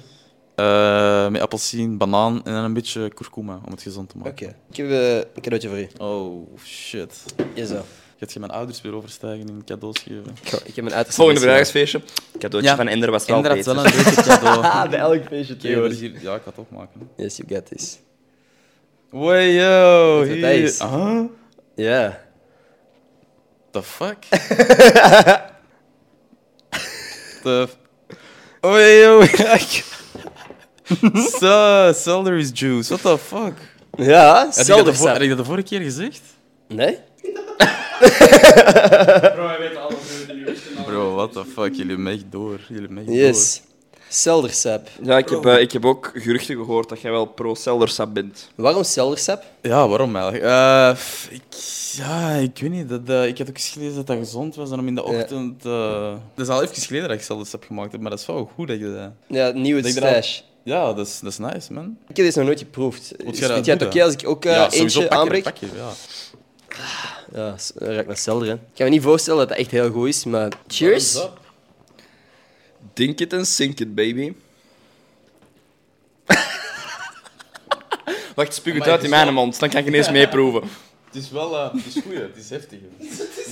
[SPEAKER 2] Eh, met appelsien, banaan en dan een beetje kurkuma om het gezond te maken.
[SPEAKER 1] Oké. Ik heb eh, een cadeautje voor u.
[SPEAKER 2] Oh, shit.
[SPEAKER 1] Jezo.
[SPEAKER 2] Gaat je mijn ouders weer overstijgen in cadeaus geven?
[SPEAKER 1] Ik heb een uiterste
[SPEAKER 4] Volgende
[SPEAKER 1] missie.
[SPEAKER 4] verjaardagsfeestje. Cadeautje
[SPEAKER 2] Ja.
[SPEAKER 4] van Ender was wel
[SPEAKER 2] Inderdaad,
[SPEAKER 4] beter.
[SPEAKER 2] wel een leuke cadeau.
[SPEAKER 1] Ah, bij elk feestje
[SPEAKER 2] Oké, dat
[SPEAKER 1] tegenwoordig.
[SPEAKER 2] is hier- Ja, ik ga het opmaken.
[SPEAKER 1] Yes, you get this.
[SPEAKER 2] Wee, yo.
[SPEAKER 1] Wat dat is.
[SPEAKER 2] hier. Huh?
[SPEAKER 1] Ja.
[SPEAKER 2] The fuck? The... Wee, yo. Zo, celery juice. What the fuck?
[SPEAKER 1] Ja,
[SPEAKER 2] Had ik, dat de
[SPEAKER 1] zelden
[SPEAKER 2] vor- had
[SPEAKER 1] voor...
[SPEAKER 2] ik dat de vorige keer gezegd?
[SPEAKER 1] Nee?
[SPEAKER 2] Bro, what the fuck? Jullie hebben me echt door. Jullie hebben me echt
[SPEAKER 1] Yes. Celdersap.
[SPEAKER 4] Ja, ik heb, eh, ik heb ook geruchten gehoord dat jij wel pro-Celdersap bent.
[SPEAKER 1] Waarom celdersap?
[SPEAKER 2] door. Ja, waarom eigenlijk? Eh, f- ik, ja, ik weet niet. Dat, eh, ik had ook eens gelezen dat dat gezond was en om in de ochtend... eh, dat is al even geleden dat ik zelfs heb gemaakt heb, maar dat is wel goed dat je dat...
[SPEAKER 1] Ja, nieuwe
[SPEAKER 2] Denk eraan.
[SPEAKER 1] stash.
[SPEAKER 2] Ja, dat is, dat is nice, man.
[SPEAKER 1] Ik heb deze nog nooit geproefd.
[SPEAKER 2] jij
[SPEAKER 1] Dus
[SPEAKER 2] dat
[SPEAKER 1] vind jij het
[SPEAKER 2] doen,
[SPEAKER 1] oké
[SPEAKER 2] hè?
[SPEAKER 1] als ik ook eh,
[SPEAKER 2] ja, sowieso
[SPEAKER 1] eentje
[SPEAKER 2] pak je,
[SPEAKER 1] aanbreek?
[SPEAKER 2] pak je, ja.
[SPEAKER 1] Ja, s- eh, ruikt naar selder, hè. Ik kan me niet voorstellen dat dat echt heel goed is, maar... Cheers!
[SPEAKER 4] Dink it and sink it, baby. Wacht, spuug het uit in mijn mond, dan kan ik ineens meeproeven.
[SPEAKER 2] Het is wel... eh, het is goed, het is heftig.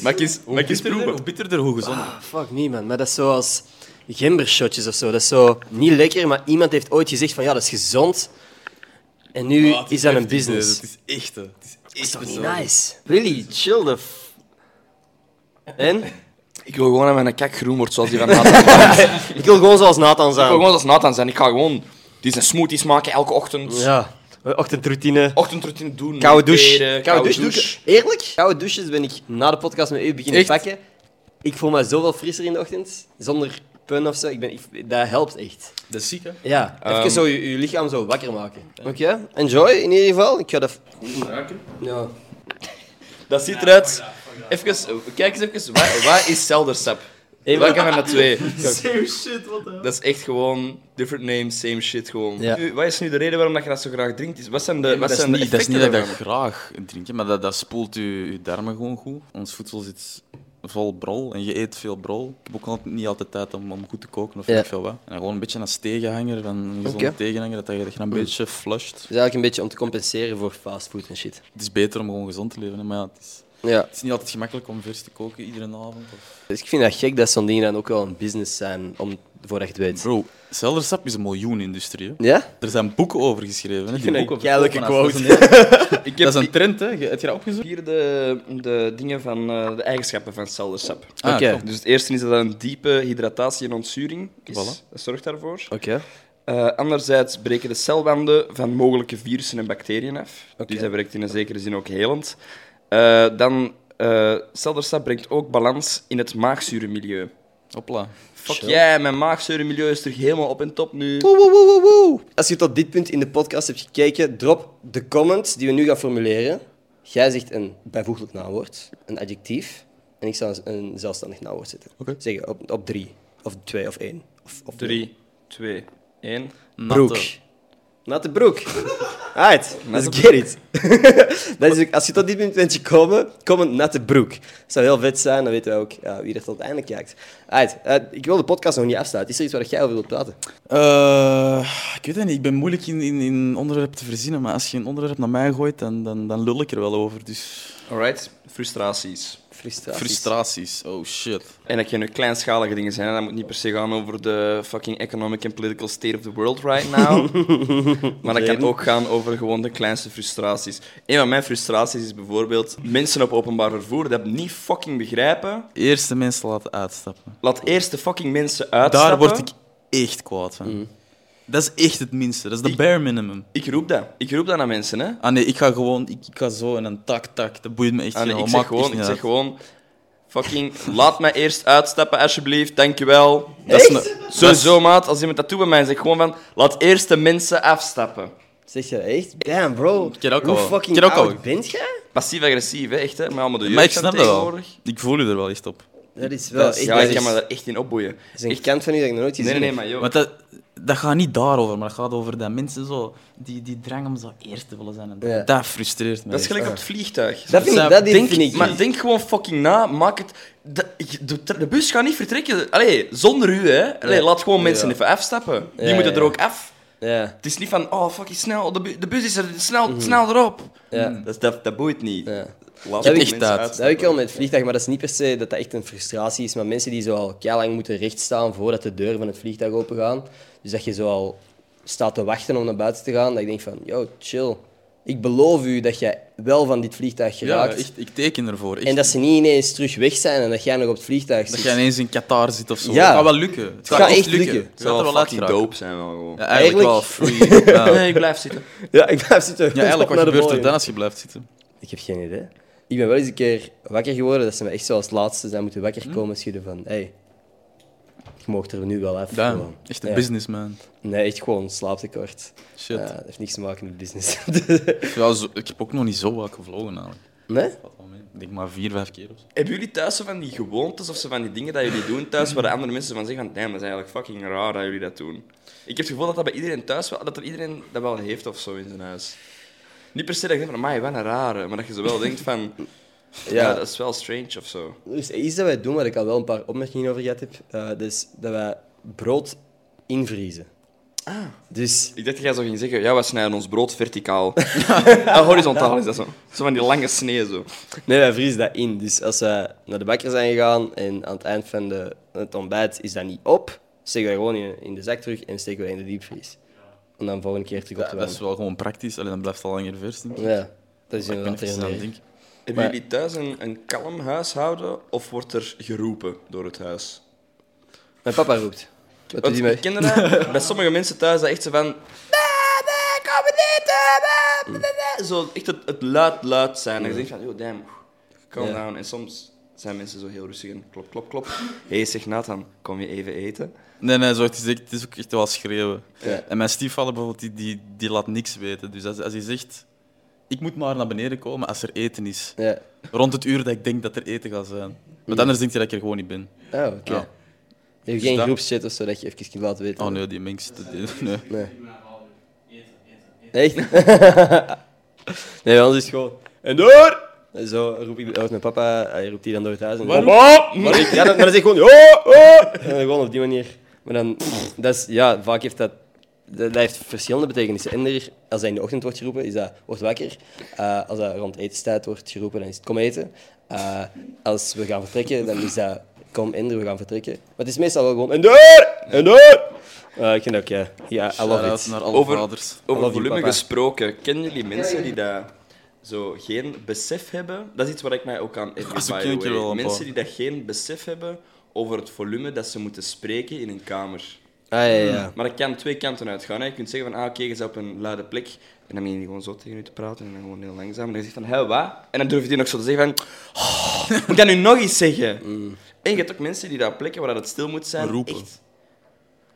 [SPEAKER 4] Mag ik eens, mag ik eens
[SPEAKER 2] bitterder,
[SPEAKER 4] proeven?
[SPEAKER 2] hoe bitterder, hoe gezonder.
[SPEAKER 1] Fuck me, man. Maar dat is zoals gembershotjes of zo. Dat is zo niet lekker, maar iemand heeft ooit gezegd van ja, dat is gezond. En nu
[SPEAKER 2] Ah, het
[SPEAKER 1] is dat een
[SPEAKER 2] heftig,
[SPEAKER 1] business.
[SPEAKER 2] deze. Het is echt, hè. Het is
[SPEAKER 1] is toch niet
[SPEAKER 2] zo.
[SPEAKER 1] nice? Really, chill the... f- En?
[SPEAKER 4] Ik wil gewoon dat mijn kak groen wordt, zoals die van Nathan. ik
[SPEAKER 1] Ik wil gewoon zoals Nathan
[SPEAKER 4] wil
[SPEAKER 1] zijn.
[SPEAKER 4] gewoon als Nathan zijn. Ik ga gewoon deze smoothies maken elke ochtend.
[SPEAKER 1] Ja. Ochtendroutine.
[SPEAKER 4] Ochtendroutine doen.
[SPEAKER 1] Koude douche.
[SPEAKER 4] mediteren,
[SPEAKER 1] Koude douche. doe ik- Eerlijk? Koude douches ben ik na de podcast met u beginnen
[SPEAKER 4] Echt?
[SPEAKER 1] pakken. Ik voel me zoveel frisser in de ochtend. Zonder pun of zo. Ik ben, ik- dat helpt echt.
[SPEAKER 2] Dat is ziek, hè?
[SPEAKER 1] Ja, even
[SPEAKER 4] Ehm.
[SPEAKER 1] zo je, je lichaam zo wakker maken. Oké, enjoy in ieder geval. Ik ga dat... Ja.
[SPEAKER 4] Dat ziet eruit. Even, oh, kijk eens even, wat, wat is Celdersap? Welke van de twee?
[SPEAKER 5] Same shit, wat de
[SPEAKER 4] Dat is echt gewoon different name, same shit gewoon.
[SPEAKER 1] Ja.
[SPEAKER 4] Nu, wat is nu de reden waarom dat je dat zo graag drinkt? Is- Wat zijn
[SPEAKER 1] Eh,
[SPEAKER 4] de, wat
[SPEAKER 2] dat, is
[SPEAKER 4] zijn de
[SPEAKER 2] niet, dat is niet dat ik
[SPEAKER 4] effecten
[SPEAKER 2] dat graag drink, hè, maar dat, dat spoelt je, je darmen gewoon goed. Ons voedsel zit vol brol en je eet veel brol. Ik heb ook al- niet altijd tijd om, om goed te koken of
[SPEAKER 1] Ja.
[SPEAKER 2] weet ik veel wat. En gewoon een beetje als tegenhanger, van een gezonde
[SPEAKER 1] Oké.
[SPEAKER 2] tegenhanger, dat je, dat je een beetje flusht.
[SPEAKER 1] Het is eigenlijk een beetje om te compenseren voor fastfood en shit.
[SPEAKER 2] Het is beter om gewoon gezond te leven, hè, maar ja, het is,
[SPEAKER 1] Ja.
[SPEAKER 2] het is niet altijd gemakkelijk om vers te koken iedere avond. Of...
[SPEAKER 1] Dus ik vind dat gek dat zo'n dingen dan ook wel een business zijn, om, voordat je het weet.
[SPEAKER 2] Bro, celdersap is een miljoenindustrie. hè.
[SPEAKER 1] Ja?
[SPEAKER 2] Er zijn boeken over geschreven. Hè, die boeken over
[SPEAKER 1] keilelijke
[SPEAKER 2] koken,
[SPEAKER 1] quote.
[SPEAKER 2] Dat is
[SPEAKER 4] hebben? Ik
[SPEAKER 2] een, dat is
[SPEAKER 4] heb
[SPEAKER 2] een trend, hè? Je- Heb je dat opgezocht?
[SPEAKER 4] hier de, de dingen van eh, de eigenschappen van Celdersap.
[SPEAKER 2] Ah,
[SPEAKER 1] Oké.
[SPEAKER 2] kom.
[SPEAKER 4] Dus het eerste is dat het een diepe hydratatie en ontzuring is.
[SPEAKER 2] Voilà.
[SPEAKER 4] Dat zorgt daarvoor.
[SPEAKER 1] Oké.
[SPEAKER 4] Eh, anderzijds breken de celwanden van mogelijke virussen en bacteriën af.
[SPEAKER 1] Oké.
[SPEAKER 4] Dus dat werkt in een zekere zin ook helend. Eh, dan, eh Celdersap brengt ook balans in het maagzurenmilieu.
[SPEAKER 2] Hopla.
[SPEAKER 4] Fuck jij, mijn maagzurenmilieu is terug helemaal op en top nu.
[SPEAKER 1] Woe, woe, woe, woe, woe. Als je tot dit punt in de podcast hebt gekeken, drop de comment die we nu gaan formuleren. Jij zegt een bijvoeglijk naamwoord, een adjectief, en ik zou een zelfstandig naamwoord zetten.
[SPEAKER 2] Oké.
[SPEAKER 1] Zeggen op, op drie, of twee, of één. Of, of
[SPEAKER 4] 3, 2, 1.
[SPEAKER 1] broek. Natte broek. Alright, let's get it. dat is ook, als je tot dit punt bent gekomen, kom een natte broek. Dat zou heel vet zijn, dan weten we ook ja, wie er tot het einde kijkt. Alright, eh, ik wil de podcast nog niet afsluiten. Is er iets waar jij over wilt praten?
[SPEAKER 2] Eh, ik weet het niet, ik ben moeilijk in, in, in onderwerp te verzinnen, maar als je een onderwerp naar mij gooit, dan, dan, dan lul ik er wel over. Dus
[SPEAKER 4] Alright, frustraties.
[SPEAKER 1] Frustratie.
[SPEAKER 2] frustraties, oh shit.
[SPEAKER 4] En dat kunnen kleinschalige dingen zijn. hè. Dat moet niet per se gaan over de fucking economic and political state of the world right now. maar dat kan ook gaan over gewoon de kleinste frustraties. Een van mijn frustraties is bijvoorbeeld mensen op openbaar vervoer dat niet fucking begrijpen.
[SPEAKER 2] Eerst de mensen laten uitstappen.
[SPEAKER 4] Laat eerst de fucking mensen
[SPEAKER 2] Daar
[SPEAKER 4] uitstappen.
[SPEAKER 2] word ik echt kwaad van. Dat is echt het minste. Dat is de bare minimum.
[SPEAKER 4] Mm. Ik roep dat. Ik roep dat aan mensen, hè.
[SPEAKER 2] Ah nee, ik ga gewoon, ik, ik ga zo en dan tak, tak. Dat boeit me echt
[SPEAKER 4] Ah, nee,
[SPEAKER 2] geen hol.
[SPEAKER 4] ik zeg
[SPEAKER 2] Maakt echt
[SPEAKER 4] gewoon, ik
[SPEAKER 2] niet
[SPEAKER 4] zeg
[SPEAKER 2] uit.
[SPEAKER 4] gewoon... Fucking, laat mij eerst uitstappen, alsjeblieft. Dankjewel.
[SPEAKER 2] Dat is een-
[SPEAKER 4] Sowieso, maat. Als iemand dat doet bij mij, zeg ik gewoon van... Laat eerst de mensen afstappen.
[SPEAKER 1] Zeg je dat echt? Damn, bro.
[SPEAKER 2] ken ook
[SPEAKER 1] Hoe
[SPEAKER 2] al-
[SPEAKER 1] fucking
[SPEAKER 2] ik ken ook
[SPEAKER 1] oud
[SPEAKER 2] al-
[SPEAKER 1] bent jij?
[SPEAKER 4] Passief-agressief, hè. Echt, hè. Met allemaal de
[SPEAKER 2] Maar ik
[SPEAKER 4] jeugd van
[SPEAKER 2] snap dat wel.
[SPEAKER 4] tegenwoordig.
[SPEAKER 2] Ik voel je er wel echt op.
[SPEAKER 1] Dat is wel echt...
[SPEAKER 4] Ja,
[SPEAKER 1] dat
[SPEAKER 4] ik kan
[SPEAKER 1] is-
[SPEAKER 4] me daar echt in opboeien.
[SPEAKER 1] dat is een kant van u dat ik nog nooit gezien
[SPEAKER 4] Nee, nee,
[SPEAKER 1] heb.
[SPEAKER 4] nee, maar joh.
[SPEAKER 2] Want dat, dat gaat niet daarover, maar het gaat over dat mensen zo, die, die drang om zo eerst te willen zijn. En
[SPEAKER 1] Ja.
[SPEAKER 2] Dat frustreert me.
[SPEAKER 4] Dat is
[SPEAKER 2] echt.
[SPEAKER 4] gelijk op het vliegtuig.
[SPEAKER 1] Dat vind ik,
[SPEAKER 2] Sam,
[SPEAKER 1] dat vind
[SPEAKER 2] denk-
[SPEAKER 1] ik.
[SPEAKER 4] Maar denk gewoon fucking na, maak het... De, de, de bus gaat niet vertrekken. Allee, zonder u, hè. Allee, laat gewoon mensen even afstappen. Die
[SPEAKER 1] Ja,
[SPEAKER 4] moeten
[SPEAKER 1] ja.
[SPEAKER 4] er ook af.
[SPEAKER 1] Ja,
[SPEAKER 4] Het is niet van, oh, fucking snel, de, bu- de bus is er, snel, snel erop.
[SPEAKER 1] Mhm.
[SPEAKER 4] Mm.
[SPEAKER 1] Ja.
[SPEAKER 4] Dat, dat, dat boeit niet.
[SPEAKER 1] ja.
[SPEAKER 4] Laat
[SPEAKER 1] heb
[SPEAKER 4] de
[SPEAKER 1] ik-
[SPEAKER 4] mensen
[SPEAKER 2] dat-
[SPEAKER 4] uitstappen.
[SPEAKER 1] Dat heb ik wel met het vliegtuig, maar dat is niet per se dat dat echt een frustratie is. Maar mensen die zo al lang moeten rechtstaan voordat de deuren van het vliegtuig open gaan. Dus dat je zo al staat te wachten om naar buiten te gaan. Dat ik denk van, yo, chill. Ik beloof u dat jij wel van dit vliegtuig
[SPEAKER 2] Ja,
[SPEAKER 1] geraakt.
[SPEAKER 2] echt, ik teken ervoor. Echt.
[SPEAKER 1] en dat ze niet ineens terug weg zijn en dat jij nog op het vliegtuig zit.
[SPEAKER 2] Dat jij ineens in Qatar zit of zo.
[SPEAKER 1] Ja.
[SPEAKER 2] Het gaat wel lukken. Het
[SPEAKER 1] gaat
[SPEAKER 2] gaat echt
[SPEAKER 1] echt
[SPEAKER 2] lukken.
[SPEAKER 1] lukken.
[SPEAKER 2] Het gaat
[SPEAKER 4] Het zou
[SPEAKER 2] er
[SPEAKER 4] wel
[SPEAKER 2] wel uit
[SPEAKER 4] fucking
[SPEAKER 2] geraken.
[SPEAKER 4] dope zijn, wel gewoon.
[SPEAKER 2] Ja, eigenlijk, wel free. Ja,
[SPEAKER 4] Nee, ik blijf zitten.
[SPEAKER 1] Ja, ik blijf zitten.
[SPEAKER 2] ja eigenlijk, wat
[SPEAKER 1] Naar de
[SPEAKER 2] gebeurt er
[SPEAKER 1] boeien.
[SPEAKER 2] dan als je blijft zitten?
[SPEAKER 1] Ik heb geen idee. Ik ben wel eens een keer wakker geworden dat ze me echt zo als laatste zijn moeten
[SPEAKER 2] Hm?
[SPEAKER 1] wakker komen schudden van, hey, ik mocht er nu wel af.
[SPEAKER 2] Damn,
[SPEAKER 1] gewoon.
[SPEAKER 2] echt een
[SPEAKER 1] Ja.
[SPEAKER 2] businessman.
[SPEAKER 1] Nee, echt gewoon slaaptekort.
[SPEAKER 2] Shit.
[SPEAKER 1] Ja, dat heeft niks te maken met business.
[SPEAKER 2] Ja, zo- ik heb ook nog niet zo vaak gevlogen eigenlijk.
[SPEAKER 1] nee?
[SPEAKER 2] Valt wel mee. Ik denk maar vier, vijf keer of zo.
[SPEAKER 4] Hebben jullie thuis zo van die gewoontes of zo van die dingen dat jullie doen thuis, waar de andere mensen van zeggen van, damn, dat is eigenlijk fucking raar dat jullie dat doen. Ik heb het gevoel dat dat bij iedereen thuis wel, dat er iedereen dat wel heeft of zo in zijn huis. Niet per se dat je denkt van, amai, wat een rare, maar dat je zo wel denkt van, ja. dat is wel strange of zo.
[SPEAKER 1] Er is iets dat wij doen waar ik al wel een paar opmerkingen over gehad heb. Eh, dat is dat wij brood invriezen. Ah. Dus
[SPEAKER 4] Ik dacht dat jij zo ging zeggen, ja, wij snijden ons brood verticaal. Ah, horizontaal is dat zo. Zo van die lange snee zo.
[SPEAKER 1] Nee, wij vriezen dat in. Dus als we naar de bakker zijn gegaan en aan het eind van de, het ontbijt is dat niet op, steken we dat gewoon in, in de zak terug en steken we dat in de diepvries. En dan volgende keer terug op
[SPEAKER 2] Ja,
[SPEAKER 1] de
[SPEAKER 2] dat is
[SPEAKER 1] warm.
[SPEAKER 2] wel gewoon praktisch, alleen dan blijft het al langer vers. Denk ik.
[SPEAKER 1] Ja, dat is
[SPEAKER 2] Maar ik ben
[SPEAKER 1] inderdaad
[SPEAKER 2] even
[SPEAKER 1] er
[SPEAKER 2] aan
[SPEAKER 1] een
[SPEAKER 2] het
[SPEAKER 1] idee.
[SPEAKER 2] denken.
[SPEAKER 4] Hebben jullie thuis een, een kalm huishouden of wordt er geroepen door het huis?
[SPEAKER 1] Mijn papa roept. Wat doet
[SPEAKER 4] Want
[SPEAKER 1] hij
[SPEAKER 4] ik
[SPEAKER 1] mee?
[SPEAKER 4] ken dat, bij sommige mensen thuis dat echt zo van... Nee, nee, kom beneden! nee, nee, nee." Zo echt het, het luid, luid zijn. En je denkt van, yo, damn, calm
[SPEAKER 1] Ja.
[SPEAKER 4] down. En soms zijn mensen zo heel rustig en klop, klop, klop. Hé, hey, zeg Nathan, kom je even eten?
[SPEAKER 2] Nee, nee, zo, het, is echt, het is ook echt wel schreeuwen.
[SPEAKER 1] Ja.
[SPEAKER 2] En mijn stiefvader bijvoorbeeld, die, die, die laat niks weten. Dus als, als hij zegt, ik moet maar naar beneden komen als er eten is.
[SPEAKER 1] Ja.
[SPEAKER 2] Rond het uur dat ik denk dat er eten gaat zijn. Want anders denkt hij dat ik er gewoon niet ben.
[SPEAKER 1] Oh, oké.
[SPEAKER 2] Ja. Dus
[SPEAKER 1] Je hebt geen
[SPEAKER 2] dat-
[SPEAKER 1] groepschat of zo dat je even kunt laten weten.
[SPEAKER 2] Oh nee, die mengst. die- Nee.
[SPEAKER 1] Echt? nee, bij ons is het gewoon. En door! En Zo roep ik, of mijn papa hij roept die dan door het huis. En dan- Maar ik, ja, dan, maar dan zeg ik gewoon. Oh, oh! En dan gewoon op die manier. Maar dan, dat is, ja, vaak heeft dat. Dat dat heeft verschillende betekenissen. En er, als hij in de ochtend wordt geroepen, is dat wordt wakker. Eh, als dat rond etenstijd wordt geroepen, dan is het kom eten. Eh, als we gaan vertrekken, dan is dat kom Ender, we gaan vertrekken. Maar het is meestal wel gewoon en door! En door! Eh, ik vind dat ook, ja. Ja, I love
[SPEAKER 2] Shout-out
[SPEAKER 1] it.
[SPEAKER 2] naar alle
[SPEAKER 4] Over-
[SPEAKER 2] vaders.
[SPEAKER 4] Over
[SPEAKER 1] Love you,
[SPEAKER 4] volume
[SPEAKER 1] papa.
[SPEAKER 4] gesproken, kennen jullie mensen die daar zo geen besef hebben? Dat is iets waar ik mij ook aan heb,
[SPEAKER 2] Ah, zo
[SPEAKER 4] by
[SPEAKER 2] ken
[SPEAKER 4] the
[SPEAKER 2] ik je
[SPEAKER 4] way.
[SPEAKER 2] wel een
[SPEAKER 4] Mensen
[SPEAKER 2] paar.
[SPEAKER 4] die dat geen besef hebben over het volume dat ze moeten spreken in een kamer.
[SPEAKER 1] Ah, ja, ja.
[SPEAKER 4] Maar dat kan twee kanten uitgaan. Hè. Je kunt zeggen van, ah, oké, je bent op een luide plek. En dan begin je gewoon zo tegen je te praten en dan gewoon heel langzaam. En dan zeg je van, hé, wat? En dan durf je nog zo te zeggen van, "Oh, moet ik dat nu nog eens zeggen?
[SPEAKER 1] Mm.
[SPEAKER 4] En je hebt ook mensen die daar op plekken waar het stil moet zijn,
[SPEAKER 2] Roepen.
[SPEAKER 4] echt...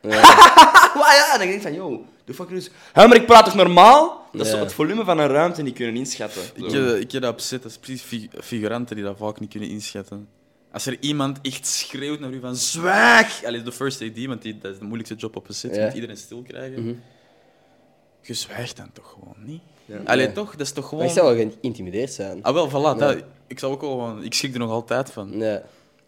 [SPEAKER 4] Ja. ja, en dan denk je van, yo, doe fucking rustig. Hé, maar ik praat toch normaal? Dat is
[SPEAKER 1] Ja.
[SPEAKER 4] zo het volume van een ruimte niet kunnen inschatten. Zo.
[SPEAKER 2] Ik, eh, ik heb dat op zit, dat is precies fig- figuranten die dat vaak niet kunnen inschatten. Als er iemand echt schreeuwt naar u van zwijg! Allee, de first AD, want die, dat is de moeilijkste job op een set,
[SPEAKER 1] Ja. Mhm.
[SPEAKER 2] je moet iedereen stil krijgen. Je zwijgt dan toch gewoon niet? Allee,
[SPEAKER 1] Ja.
[SPEAKER 2] toch? Dat is toch
[SPEAKER 1] Maar
[SPEAKER 2] gewoon...
[SPEAKER 1] ik zou wel geïntimideerd zijn.
[SPEAKER 2] Ah wel, voilà. Dat, ik zou ook wel gewoon... Ik schrik er nog altijd van.
[SPEAKER 1] Nee.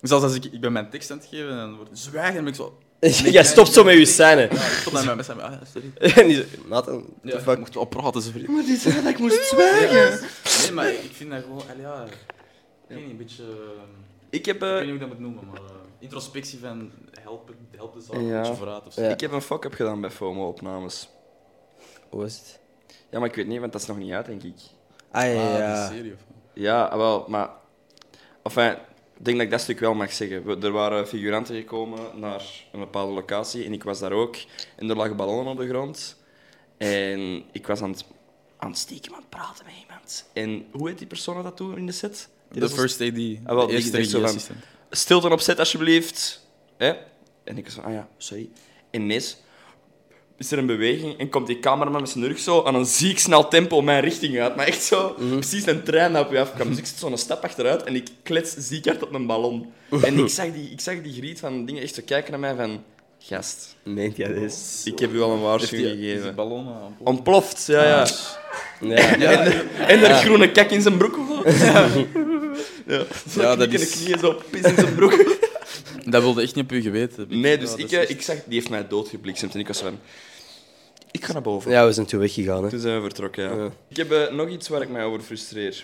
[SPEAKER 2] Zelfs als ik, ik ben mijn tekst aan het geven en dan wordt het zwijgen, dan ben ik zo...
[SPEAKER 1] Jij stopt zo met je scène.
[SPEAKER 2] Ja, ik stop naar mijn best aan. Ah, sorry.
[SPEAKER 1] En die zo, Nathan,
[SPEAKER 2] Ja,
[SPEAKER 1] fuck?
[SPEAKER 2] ik mocht wel praten, sorry.
[SPEAKER 4] Maar die zei dat ik moest zwijgen.
[SPEAKER 2] Nee, maar ik vind dat gewoon... Allee, ja... Ik weet niet, een beetje... ehm,
[SPEAKER 4] Ik heb,
[SPEAKER 2] Ik
[SPEAKER 4] eh,
[SPEAKER 2] weet niet hoe ik dat moet noemen, maar eh, introspectie van helpen, help de zaak
[SPEAKER 4] Ja.
[SPEAKER 2] een beetje vooruit of zo.
[SPEAKER 1] Ja.
[SPEAKER 4] ik heb een fuck-up gedaan bij FOMO-opnames.
[SPEAKER 1] hoe was het?
[SPEAKER 4] Ja, maar ik weet niet, want dat is nog niet uit, denk ik.
[SPEAKER 1] Ah ja,
[SPEAKER 2] Ah,
[SPEAKER 1] ja,
[SPEAKER 2] die
[SPEAKER 1] ja.
[SPEAKER 2] serie of-
[SPEAKER 4] Ja, wel, maar... Enfin, Ik denk dat ik dat stuk wel mag zeggen. We- Er waren figuranten gekomen naar een bepaalde locatie en ik was daar ook. En er lagen ballonnen op de grond. En ik was aan het, aan het stiekem aan het praten met iemand. En hoe heet die persoon dat toen in de set? Die
[SPEAKER 2] De
[SPEAKER 4] dat was-
[SPEAKER 2] first AD.
[SPEAKER 4] Ah, wel,
[SPEAKER 2] de
[SPEAKER 4] die
[SPEAKER 2] eerste
[SPEAKER 4] zegt zo van-
[SPEAKER 2] regieassistent.
[SPEAKER 4] stilte op set alsjeblieft. Hè? En ik zo, ah ja, sorry. En ineens is er een beweging en komt die cameraman met zijn rug zo aan een ziek snel tempo mijn richting uit. Maar echt zo, precies een trein dat op je afkwam. Dus ik zit zo'n stap achteruit en ik klets ziek hard op een ballon. En ik zag die, ik zag die griet van dingen echt zo kijken naar mij van... Gast,
[SPEAKER 1] Meent jij dit?
[SPEAKER 4] ik heb u al een waarschuwing
[SPEAKER 2] Is die
[SPEAKER 4] gegeven. Ah.
[SPEAKER 2] ballon eh, aan boord?
[SPEAKER 4] Ontploft, ja, ja.
[SPEAKER 1] Ja.
[SPEAKER 4] En, de, en de groene kak in zijn broek of zo. Ja, ja.
[SPEAKER 2] Ja, dat
[SPEAKER 4] dat is...
[SPEAKER 2] is-
[SPEAKER 4] knieën zo, pis in zijn broek.
[SPEAKER 2] Dat wilde echt niet op u geweten.
[SPEAKER 4] Nee, dus
[SPEAKER 2] Ja, dat
[SPEAKER 4] ik,
[SPEAKER 2] is
[SPEAKER 4] eh, ik zag, die heeft mij doodgebliksemd en ik was van, ik ga naar boven.
[SPEAKER 1] ja, we zijn toen weggegaan. Hè.
[SPEAKER 4] Toen zijn we vertrokken, ja. Ik heb eh, nog iets waar ik mij over frustreer.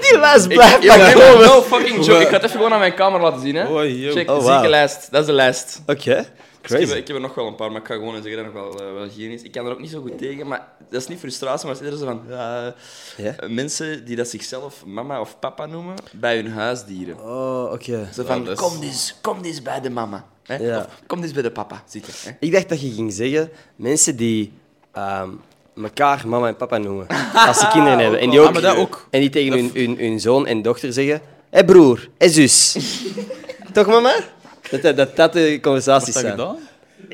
[SPEAKER 1] Die lijst
[SPEAKER 4] Ik,
[SPEAKER 1] blijft
[SPEAKER 4] ja,
[SPEAKER 1] maar
[SPEAKER 4] nee,
[SPEAKER 1] komen.
[SPEAKER 4] maar no fucking joke. Ik ga het even gewoon aan mijn camera laten zien, hè.
[SPEAKER 2] Oh, yo.
[SPEAKER 4] Check,
[SPEAKER 1] Oh,
[SPEAKER 4] zieke
[SPEAKER 1] wow.
[SPEAKER 4] lijst. Dat is de lijst.
[SPEAKER 1] Oké,
[SPEAKER 4] Dus ik, heb,
[SPEAKER 1] crazy.
[SPEAKER 4] ik heb er nog wel een paar, maar ik ga gewoon eens zeggen dat er nog wel, eh, wel geen is. Ik kan er ook niet zo goed tegen, maar dat is niet frustratie, maar het is eerder zo van... eh,
[SPEAKER 1] Ja?
[SPEAKER 4] Mensen die dat zichzelf mama of papa noemen, bij hun huisdieren.
[SPEAKER 1] Oh, oké.
[SPEAKER 4] Zo van,
[SPEAKER 2] dat is-
[SPEAKER 4] kom eens, kom eens bij de mama. Hè?
[SPEAKER 1] Ja.
[SPEAKER 4] Of kom eens bij de papa zitten. Hè?
[SPEAKER 1] Ik dacht dat je ging zeggen, mensen die ehm, elkaar mama en papa noemen, als ze kinderen hebben. En die ook,
[SPEAKER 2] Ah, maar dat ook.
[SPEAKER 1] En die tegen hun, hun, hun zoon en dochter zeggen, hé broer, hé zus. Toch mama? Dat dat, dat, dat de conversaties
[SPEAKER 2] Wat heb je
[SPEAKER 1] zijn.
[SPEAKER 2] gedaan?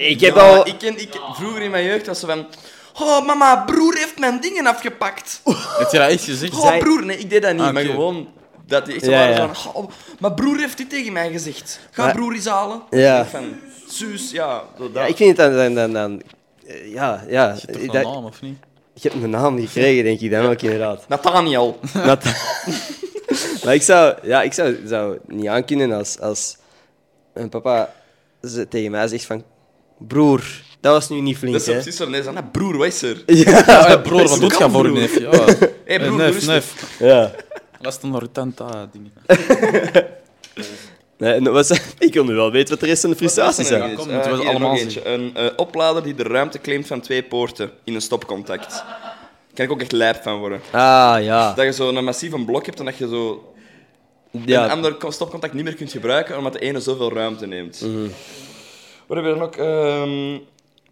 [SPEAKER 1] Ik heb
[SPEAKER 4] Ja,
[SPEAKER 1] al...
[SPEAKER 4] maar Ik ken, ik, vroeger in mijn jeugd was ze van... Oh, mama, broer heeft mijn dingen afgepakt. Oh,
[SPEAKER 2] Heb je dat echt gezegd?
[SPEAKER 4] broer. Nee, ik deed dat niet.
[SPEAKER 2] Ah,
[SPEAKER 4] Maar
[SPEAKER 2] oké.
[SPEAKER 4] gewoon... Dat die echt zo
[SPEAKER 1] Ja,
[SPEAKER 4] waren
[SPEAKER 1] ja.
[SPEAKER 4] van... Oh, maar broer heeft dit tegen mij gezegd. Ga
[SPEAKER 1] Maar-
[SPEAKER 4] broer eens halen.
[SPEAKER 1] Ja.
[SPEAKER 4] Ik Van, zus, ja. Zo,
[SPEAKER 1] Ja,
[SPEAKER 4] dat.
[SPEAKER 1] ik vind het dan... dan, dan, dan eh, ja, ja.
[SPEAKER 2] Is toch
[SPEAKER 1] Ik-
[SPEAKER 2] een
[SPEAKER 1] dat-
[SPEAKER 2] naam, of niet?
[SPEAKER 1] je hebt mijn naam gekregen, denk ik, dan ook inderdaad.
[SPEAKER 4] Nathaniel.
[SPEAKER 1] Dat... maar ik zou, ja, ik zou, zou niet aankunnen als, als mijn papa ze- tegen mij zegt van... Broer, dat was nu niet flink,
[SPEAKER 4] Dat is zo
[SPEAKER 1] hè.
[SPEAKER 4] precies zo. Nee, zo, "Ah, broer, wat is er?
[SPEAKER 2] Ja, ja, broer, wat doet
[SPEAKER 4] kan,
[SPEAKER 2] je voor
[SPEAKER 4] broer?
[SPEAKER 2] neef? Ja.
[SPEAKER 4] hey, broer,
[SPEAKER 2] Eh, neef,
[SPEAKER 4] rustig.
[SPEAKER 2] neef.
[SPEAKER 1] Ja.
[SPEAKER 2] Laat dan naar tenta dingen.
[SPEAKER 1] Nee, en wat ze- ik wil nu wel weten wat de rest van de frustraties
[SPEAKER 4] Wat was
[SPEAKER 1] zijn.
[SPEAKER 4] er nog
[SPEAKER 2] Kom,
[SPEAKER 4] eens?
[SPEAKER 2] het
[SPEAKER 4] Eh,
[SPEAKER 2] was
[SPEAKER 4] hier
[SPEAKER 2] allemaal
[SPEAKER 4] nog eentje. Een eh, oplader die de ruimte claimt van twee poorten in een stopcontact. Daar kan ik ook echt lijp van worden.
[SPEAKER 1] Ah, ja.
[SPEAKER 4] Dat je zo'n massieve blok hebt en dat je zo een
[SPEAKER 1] ja.
[SPEAKER 4] ander ko- stopcontact niet meer kunt gebruiken, omdat de ene zoveel ruimte neemt. Wat hebben we dan ook? Ehm,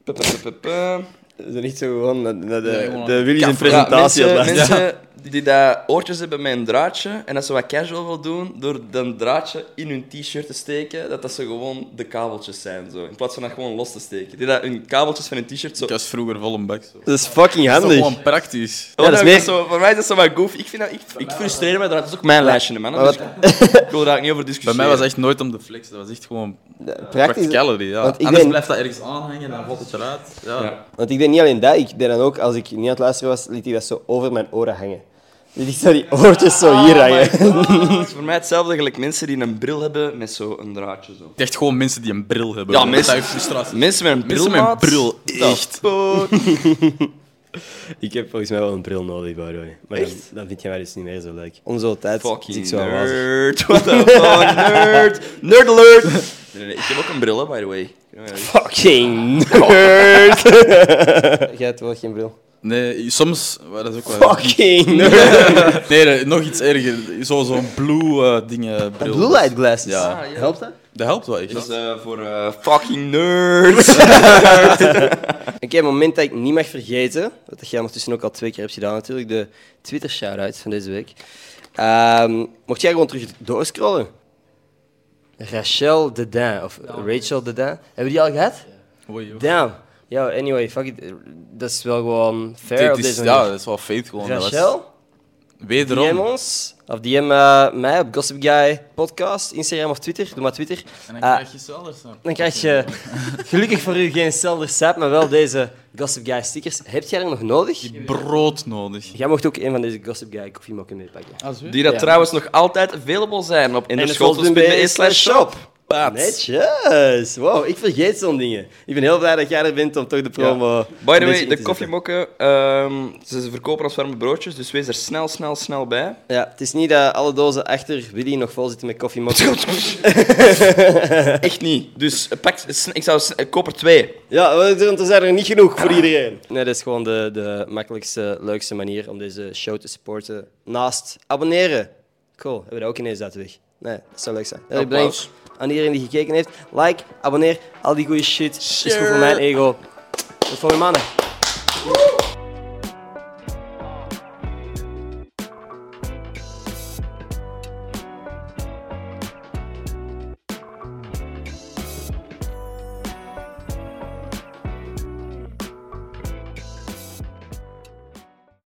[SPEAKER 4] pa, pa, pa, pa, pa.
[SPEAKER 1] We zijn niet zo gewoon naar, naar de,
[SPEAKER 2] Nee, gewoon-
[SPEAKER 1] de Willy's
[SPEAKER 4] Ja,
[SPEAKER 1] een presentatie
[SPEAKER 4] mensen,
[SPEAKER 1] aan het luisteren.
[SPEAKER 4] mensen die daar oortjes hebben met een draadje en dat ze wat casual wil doen, door dat draadje in hun t-shirt te steken, dat dat ze gewoon de kabeltjes zijn. Zo. In plaats van dat gewoon los te steken. Die dat hun kabeltjes van hun t-shirt zo...
[SPEAKER 2] Ik was vroeger vol een bak. zo.
[SPEAKER 1] Dat is fucking
[SPEAKER 2] Dat is
[SPEAKER 1] handig.
[SPEAKER 2] toch gewoon praktisch.
[SPEAKER 1] Ja, dat is
[SPEAKER 4] Oh,
[SPEAKER 1] meer-
[SPEAKER 4] zo- voor mij is dat zo wat goof. Ik, vind dat, ik, ik frustreer me daar. Dat is ook mijn lijstje, hè, man. Dus ik ik wil daar ook niet over
[SPEAKER 2] Bij
[SPEAKER 4] discussiëren.
[SPEAKER 2] mij was echt nooit om de flex, dat was echt gewoon
[SPEAKER 1] Praktisch.
[SPEAKER 2] practicality. Ja.
[SPEAKER 1] Want ik
[SPEAKER 2] Anders
[SPEAKER 1] ben-
[SPEAKER 2] blijft dat ergens aanhangen en dan valt het eruit. Ja.
[SPEAKER 4] Ja.
[SPEAKER 1] Want ik deed niet alleen dat, ik deed dan ook, als ik niet aan het luisteren was, liet ik dat zo over mijn oren hangen. Liet ik zo die oortjes zo hier hangen.
[SPEAKER 4] Het is voor mij hetzelfde gelijk mensen die een bril hebben met zo'n draadje. Zo.
[SPEAKER 2] Het is echt gewoon mensen die een bril hebben.
[SPEAKER 4] Ja,
[SPEAKER 2] Dat
[SPEAKER 4] mensen-
[SPEAKER 2] is frustratie.
[SPEAKER 4] Mensen met een bril,
[SPEAKER 2] Mensen met een
[SPEAKER 4] maat.
[SPEAKER 2] bril, echt.
[SPEAKER 4] Dat is-
[SPEAKER 1] Ik heb volgens mij wel een bril nodig, by the way. Maar dan, dan vind jij mij dus niet meer zo leuk. Om zo'n tijd zit ik
[SPEAKER 4] Fucking
[SPEAKER 1] zo aan wazig.
[SPEAKER 4] nerd. What the fuck, nerd. Nerd alert. Nee, nee, ik heb ook een bril, hè, by the way.
[SPEAKER 1] Fucking nerd! jij hebt wel geen bril.
[SPEAKER 2] Nee, soms... maar Dat is ook wel...
[SPEAKER 1] Fucking nerd!
[SPEAKER 2] Nee, nee, nog iets erger. Zo- Zo'n blue eh dingen bril.
[SPEAKER 1] Blue light glasses.
[SPEAKER 2] Ja.
[SPEAKER 1] Helpt dat?
[SPEAKER 2] Dat helpt wel echt.
[SPEAKER 4] Dat is eh, voor eh, fucking nerds.
[SPEAKER 1] Oké, een moment dat ik niet mag vergeten, wat dat jij ondertussen ook al twee keer hebt gedaan natuurlijk, de Twitter shout-out van deze week. Ehm, mocht jij gewoon terug doorscrollen? Rachel Dedin, of Rachel Dedin. Hebben we die al gehad?
[SPEAKER 2] Oei, joh.
[SPEAKER 1] Damn. Ja, anyway, fuck it. Dat is wel gewoon fair
[SPEAKER 2] Dit
[SPEAKER 1] op
[SPEAKER 2] is-
[SPEAKER 1] deze
[SPEAKER 2] ja,
[SPEAKER 1] manier.
[SPEAKER 2] dat is wel feit gewoon. dat was-
[SPEAKER 1] Rachel?
[SPEAKER 2] Wederom.
[SPEAKER 1] DM ons of DM eh, mij op Gossip Guy Podcast, Instagram of Twitter. Doe maar Twitter.
[SPEAKER 2] En dan
[SPEAKER 1] Ah.
[SPEAKER 2] krijg je ze anders. hè.
[SPEAKER 1] Dan krijg je gelukkig voor u geen Selder Sap, maar wel deze Gossip Guy stickers. Heb jij er nog nodig?
[SPEAKER 2] Brood nodig.
[SPEAKER 1] Jij mocht ook een van deze Gossip Guy koffiemokken meepakken.
[SPEAKER 4] Die dat
[SPEAKER 1] Ja.
[SPEAKER 4] trouwens nog altijd available zijn op E
[SPEAKER 1] slash
[SPEAKER 4] inderschotels.be/shop.
[SPEAKER 1] Netjes. Wow, ik vergeet zo'n dingen. Ik ben heel blij dat jij er bent om toch de promo...
[SPEAKER 4] By
[SPEAKER 1] een
[SPEAKER 4] the
[SPEAKER 1] beetje
[SPEAKER 4] way,
[SPEAKER 1] in
[SPEAKER 4] de
[SPEAKER 1] te
[SPEAKER 4] koffiemokken, ehm, ze verkopen als warme broodjes, dus wees er snel, snel, snel bij.
[SPEAKER 1] zetten. Ja, het is niet dat alle dozen achter Willy nog vol zitten met koffiemokken.
[SPEAKER 4] Echt niet. Dus eh, pak, s- ik zou, s- eh, koop er twee.
[SPEAKER 1] Ja, want er zijn er niet genoeg voor iedereen. Nee, dat is gewoon de, de makkelijkste, leukste manier om deze show te supporten. Naast abonneren. Cool, hebben we dat ook ineens uit de weg. Nee, dat zou leuk zijn. Heel erg bedankt
[SPEAKER 10] Applaus.
[SPEAKER 1] aan iedereen die gekeken heeft. Like, abonneer, al die goede shit. Is goed voor mijn ego. Tot volgende maanden.